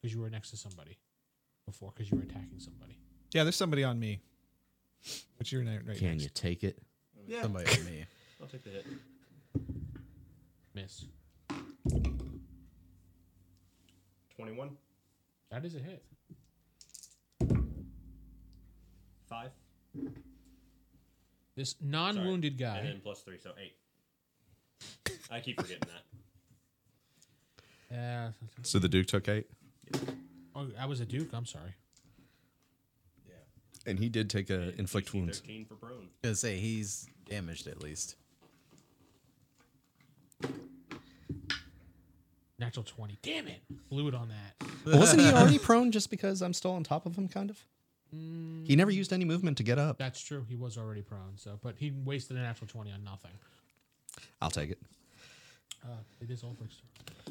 Speaker 1: because you were next to somebody before because you were attacking somebody.
Speaker 3: Yeah, there's somebody on me. But you're right. right
Speaker 4: Can
Speaker 3: next.
Speaker 4: you take it?
Speaker 9: Yeah. Somebody hit me.
Speaker 8: I'll take the hit.
Speaker 1: Miss.
Speaker 8: Twenty-one.
Speaker 1: That is a hit.
Speaker 8: Five.
Speaker 1: This non-wounded
Speaker 8: Sorry.
Speaker 1: guy.
Speaker 8: And then plus three, so eight. I keep forgetting that.
Speaker 1: Yeah.
Speaker 4: So the Duke took eight,
Speaker 1: uh, oh, I was a Duke. I'm sorry.
Speaker 4: and he did take a inflict
Speaker 8: DC
Speaker 4: wounds.
Speaker 8: Thirteen for prone.
Speaker 2: gonna say he's damaged at least.
Speaker 1: Natural twenty. Damn it! Blew it on that.
Speaker 4: Wasn't he already prone just because I'm still on top of him, kind of? He never used any movement to get up.
Speaker 1: That's true. He was already prone. So, but he wasted a natural twenty on nothing.
Speaker 4: I'll take it.
Speaker 1: Uh, it is Ulfric's turn.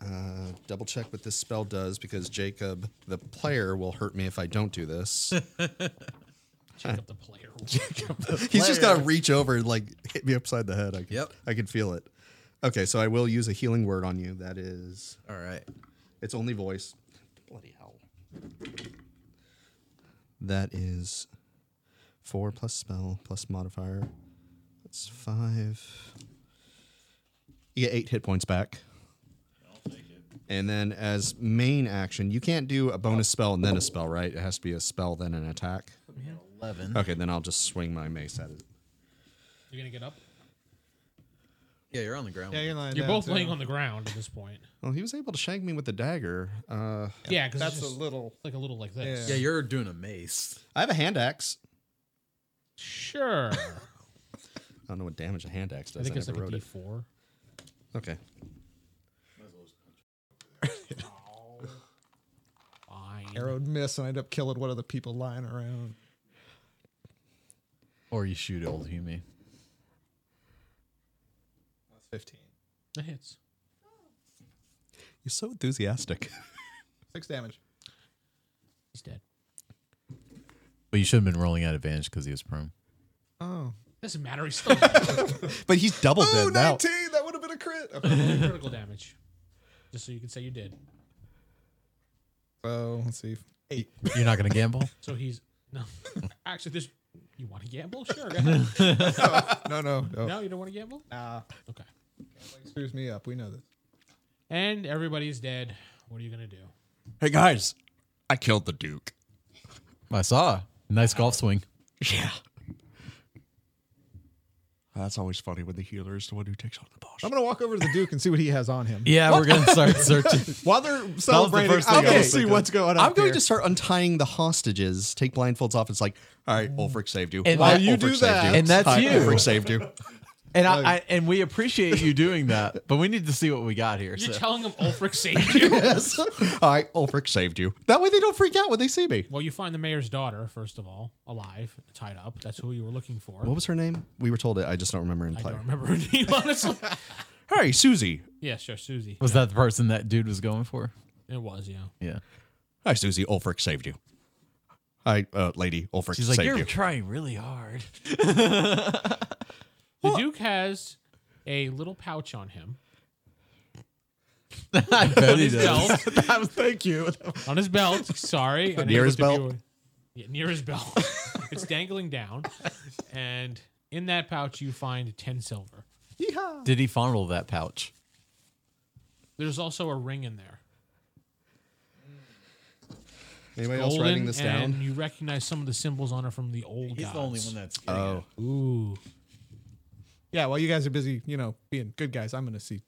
Speaker 4: Uh, double check what this spell does because Jacob, the player, will hurt me if I don't do this.
Speaker 1: Check up the player.
Speaker 4: He's just got to reach over and like hit me upside the head. I can,
Speaker 2: Yep.
Speaker 4: I can feel it. Okay, so I will use a healing word on you. That is,
Speaker 2: All right.
Speaker 4: it's only voice. Bloody hell. That is four plus spell plus modifier. That's five. You get eight hit points back. And then as main action, you can't do a bonus spell and then a spell, right? It has to be a spell then an attack.
Speaker 2: Eleven.
Speaker 4: Okay, then I'll just swing my mace at it.
Speaker 1: You're gonna get up.
Speaker 2: Yeah, you're on the ground.
Speaker 12: Yeah, you're lying.
Speaker 1: You're
Speaker 12: down,
Speaker 1: both
Speaker 12: too.
Speaker 1: laying on the ground at this point.
Speaker 4: Well, Oh, he was able to shank me with the dagger. Uh,
Speaker 1: Yeah, because
Speaker 3: That's
Speaker 1: that's
Speaker 3: a little.
Speaker 1: like a little like this.
Speaker 2: Yeah, you're doing a mace.
Speaker 4: I have a hand axe.
Speaker 1: Sure.
Speaker 4: I don't know what damage a hand axe does.
Speaker 1: I think
Speaker 4: I
Speaker 1: it's like
Speaker 4: never
Speaker 1: a
Speaker 4: wrote it.
Speaker 1: D4.
Speaker 4: Okay.
Speaker 1: Fine.
Speaker 3: Arrowed miss, and I end up killing one of the people lying around.
Speaker 2: Or you shoot old Humi.
Speaker 3: That's 15.
Speaker 1: That hits.
Speaker 4: You're so enthusiastic.
Speaker 3: Six damage.
Speaker 1: He's dead.
Speaker 2: But you should have been rolling at advantage because he was prone.
Speaker 3: Oh.
Speaker 1: Doesn't matter. He's still
Speaker 4: but he's double dead now.
Speaker 3: That would have been a crit.
Speaker 1: critical damage. Just so you can say you did.
Speaker 3: So let's see.
Speaker 2: You're not gonna gamble.
Speaker 1: So he's no. Actually, this you want to gamble? Sure. Go ahead.
Speaker 3: No, no, no.
Speaker 1: no, you don't want to gamble.
Speaker 3: Nah,
Speaker 1: Okay.
Speaker 3: like, screws me up. We know this.
Speaker 1: And everybody's dead. What are you gonna do?
Speaker 4: Hey guys, I killed the Duke.
Speaker 2: I saw. Nice golf swing.
Speaker 4: Yeah. That's always funny when the healer is the one who takes on the boss.
Speaker 3: I'm gonna walk over to the Duke and see what he has on him.
Speaker 2: Yeah, we're gonna start searching.
Speaker 4: While they're celebrating,
Speaker 2: first thing
Speaker 4: I'm
Speaker 2: I
Speaker 4: going to
Speaker 2: was
Speaker 4: see
Speaker 3: thinking.
Speaker 4: what's going on.
Speaker 3: I'm
Speaker 4: I'm
Speaker 3: going
Speaker 4: going to start untying the hostages, take blindfolds off. It's like, all right, Ulfric saved you.
Speaker 2: And
Speaker 4: Hi,
Speaker 2: that-
Speaker 4: Ulfric
Speaker 3: do
Speaker 4: saved
Speaker 3: that-
Speaker 4: you.
Speaker 2: and that's
Speaker 4: Hi,
Speaker 2: you.
Speaker 4: Ulfric saved you.
Speaker 2: And I, I and we appreciate you doing that, but we need to see what we got here.
Speaker 1: You're
Speaker 2: So.
Speaker 1: telling him Ulfric saved you.
Speaker 4: yes. All right, Ulfric saved you. That way they don't freak out when they see me.
Speaker 1: well, you find the mayor's daughter first of all, alive, tied up. That's who you were looking for.
Speaker 4: What was her name? We were told it. I just don't remember in
Speaker 1: I
Speaker 4: play.
Speaker 1: don't remember her name honestly.
Speaker 4: Hey, Susie.
Speaker 1: yeah, sure, Susie.
Speaker 2: was that the person that dude was going for?
Speaker 1: It was yeah.
Speaker 2: Yeah.
Speaker 4: Hi, Susie. Ulfric saved you. Hi, uh, lady. Ulfric
Speaker 2: She's like,
Speaker 4: saved
Speaker 2: you're
Speaker 4: you.
Speaker 2: trying really hard.
Speaker 1: The Duke has a little pouch on him
Speaker 2: I bet
Speaker 1: on
Speaker 2: he
Speaker 1: his
Speaker 2: does.
Speaker 1: belt.
Speaker 2: That was- Thank you.
Speaker 1: on his belt. Sorry, I didn't
Speaker 4: Near his
Speaker 1: look at
Speaker 4: belt?
Speaker 1: you. Yeah, near his belt. it's dangling down, and in that pouch you find ten silver.
Speaker 2: Did he fondle that pouch?
Speaker 1: There's also a ring in there.
Speaker 4: Anybody else writing this
Speaker 1: and
Speaker 4: down?
Speaker 1: you recognize some of the symbols on it from the old gods.
Speaker 2: that's.
Speaker 4: Oh,
Speaker 1: Ooh,
Speaker 3: Yeah, while you guys are busy, you know, being good guys, I'm gonna see.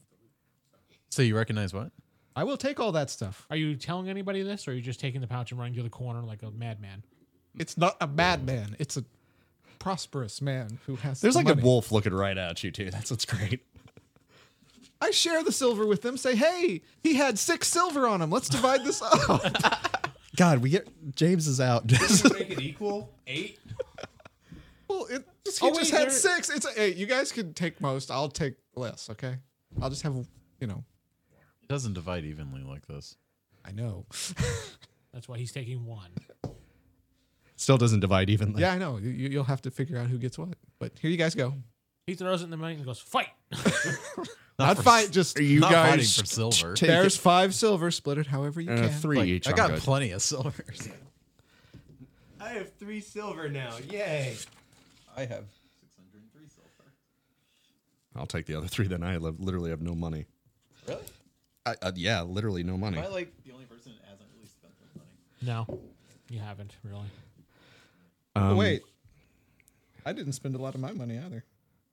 Speaker 2: So you recognize what?
Speaker 3: I will take all that stuff.
Speaker 1: are you telling anybody this, or are you just taking the pouch and running to the corner like a madman?
Speaker 3: It's not a bad man. It's a prosperous man who has.
Speaker 4: there's
Speaker 3: the
Speaker 4: like
Speaker 3: money.
Speaker 4: a wolf looking right at you too. That's what's great.
Speaker 3: I share the silver with them. Say, hey, he had six silver on him. Let's divide this up.
Speaker 4: God, we get James is out.
Speaker 8: Make it equal. Eight.
Speaker 3: well, it, just, he
Speaker 1: Oh,
Speaker 3: just
Speaker 1: wait,
Speaker 3: had
Speaker 1: there-
Speaker 3: six. It's hey, you guys can take most. I'll take less. Okay, I'll just have you know.
Speaker 2: It doesn't divide evenly like this.
Speaker 3: I know.
Speaker 1: That's why he's taking one.
Speaker 4: Still doesn't divide evenly.
Speaker 3: Yeah, I know. You, you- you'll have to figure out who gets what. But here you guys go.
Speaker 1: He throws it in the money and goes, "Fight!"
Speaker 3: Not fight. Just
Speaker 4: you
Speaker 2: Not fighting
Speaker 4: guys
Speaker 2: for silver.
Speaker 4: take
Speaker 3: there's
Speaker 4: it,
Speaker 3: five silver. Split it however you can.
Speaker 4: uh, three each.
Speaker 2: I
Speaker 4: I'm
Speaker 2: got
Speaker 4: good.
Speaker 2: plenty of silver.
Speaker 8: I have three silver now. Yay.
Speaker 3: I have.
Speaker 4: I'll take the other three. Then I live, literally have no money. Really? I, uh, yeah, literally no money.
Speaker 2: like
Speaker 1: No, you haven't really.
Speaker 4: Um,
Speaker 3: Wait. I didn't spend a lot of my money either.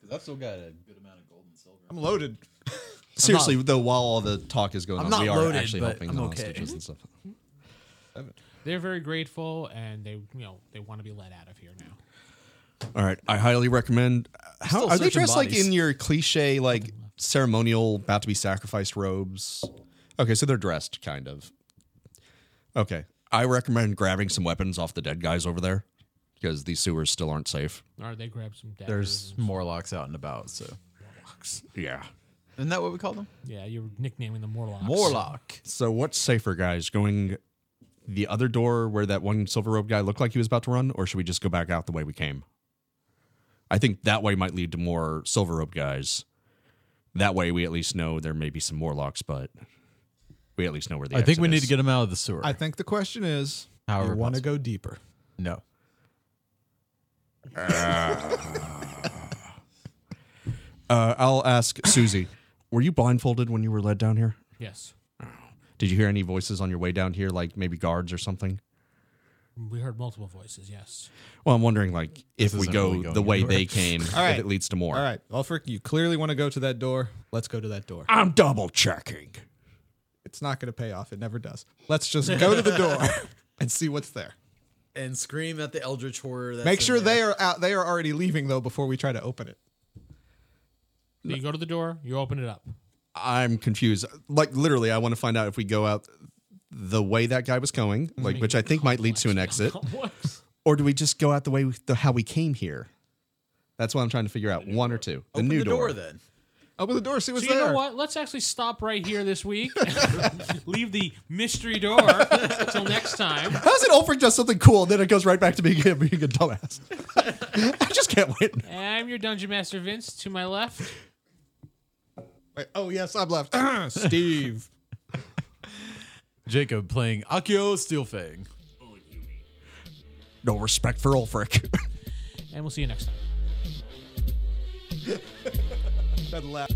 Speaker 3: Because I've still got a good amount of gold and silver. I'm loaded.
Speaker 4: Seriously, though, while all the talk is going
Speaker 2: I'm
Speaker 4: on,
Speaker 2: not
Speaker 4: we are
Speaker 2: loaded,
Speaker 4: actually
Speaker 2: but
Speaker 4: helping
Speaker 2: I'm
Speaker 4: the
Speaker 2: okay.
Speaker 4: hostages and stuff.
Speaker 1: They're very grateful, and they, you know, they want to be let out of here now.
Speaker 4: All right, I highly recommend. How
Speaker 2: Still
Speaker 4: are they
Speaker 2: searching
Speaker 4: dressed like
Speaker 2: bodies.
Speaker 4: in your cliche like ceremonial about to be sacrificed robes? Okay, so they're dressed kind of. Okay, I recommend grabbing some weapons off the dead guys over there because these sewers still aren't safe.
Speaker 1: Or they grab some daggers.
Speaker 2: There's Morlocks out and about, so
Speaker 4: Yeah.
Speaker 2: Isn't that what we call them?
Speaker 1: Yeah, you're nicknaming the Morlocks.
Speaker 2: Morlock.
Speaker 4: So what's safer, guys? Going the other door where that one silver robe guy looked like he was about to run, or should we just go back out the way we came? I think that way might lead to more silver robe guys. That way, we at least know there may be some Morlocks, but we at least know where the.
Speaker 2: I think
Speaker 4: exit
Speaker 2: we need
Speaker 4: is.
Speaker 2: to get him out of the sewer.
Speaker 3: I think the question is,
Speaker 2: However
Speaker 3: you want to
Speaker 2: possible.
Speaker 3: go deeper?
Speaker 2: no.
Speaker 4: Uh, I'll ask Susie. Were you blindfolded when you were led down here?
Speaker 1: Yes.
Speaker 4: Did you hear any voices on your way down here, like maybe guards or something?
Speaker 1: We heard multiple voices, yes.
Speaker 4: Well, I'm wondering, like, if we
Speaker 2: isn't
Speaker 4: go
Speaker 2: really going
Speaker 4: the way
Speaker 2: anywhere.
Speaker 4: they came,
Speaker 3: right.
Speaker 4: if it leads to more.
Speaker 3: All right, Ulfric, you clearly want to go to that door. Let's go to that door.
Speaker 4: I'm double checking.
Speaker 3: It's not going to pay off. It never does. Let's just go to the door and see what's there.
Speaker 2: And scream at the eldritch horror. That's
Speaker 3: Make sure
Speaker 2: in there.
Speaker 3: they are out. They are already leaving though before we try to open it.
Speaker 1: So you go to the door, you open it up.
Speaker 4: I'm confused. Like, literally, I want to find out if we go out the way that guy was going, like, which I think might lead to an exit,
Speaker 1: What?
Speaker 4: or do we just go out the way we, the, how we came here? That's what I'm trying to figure out. One or two. The
Speaker 2: Open
Speaker 4: new
Speaker 2: the door,
Speaker 4: door.
Speaker 2: then.
Speaker 3: Open the door. See what's
Speaker 1: So you
Speaker 3: there.
Speaker 1: know what? Let's actually stop right here this week. Leave the mystery door till next time.
Speaker 4: How's it Ulfric does something cool, and then it goes right back to being, being a dumbass? I just can't wait.
Speaker 1: I'm your dungeon master, Vince. To my left,
Speaker 3: Wait, oh yes, I'm left. Steve.
Speaker 2: Jacob playing Akio Steelfang.
Speaker 4: No respect for Ulfric.
Speaker 1: and we'll see you next time.
Speaker 3: That laugh.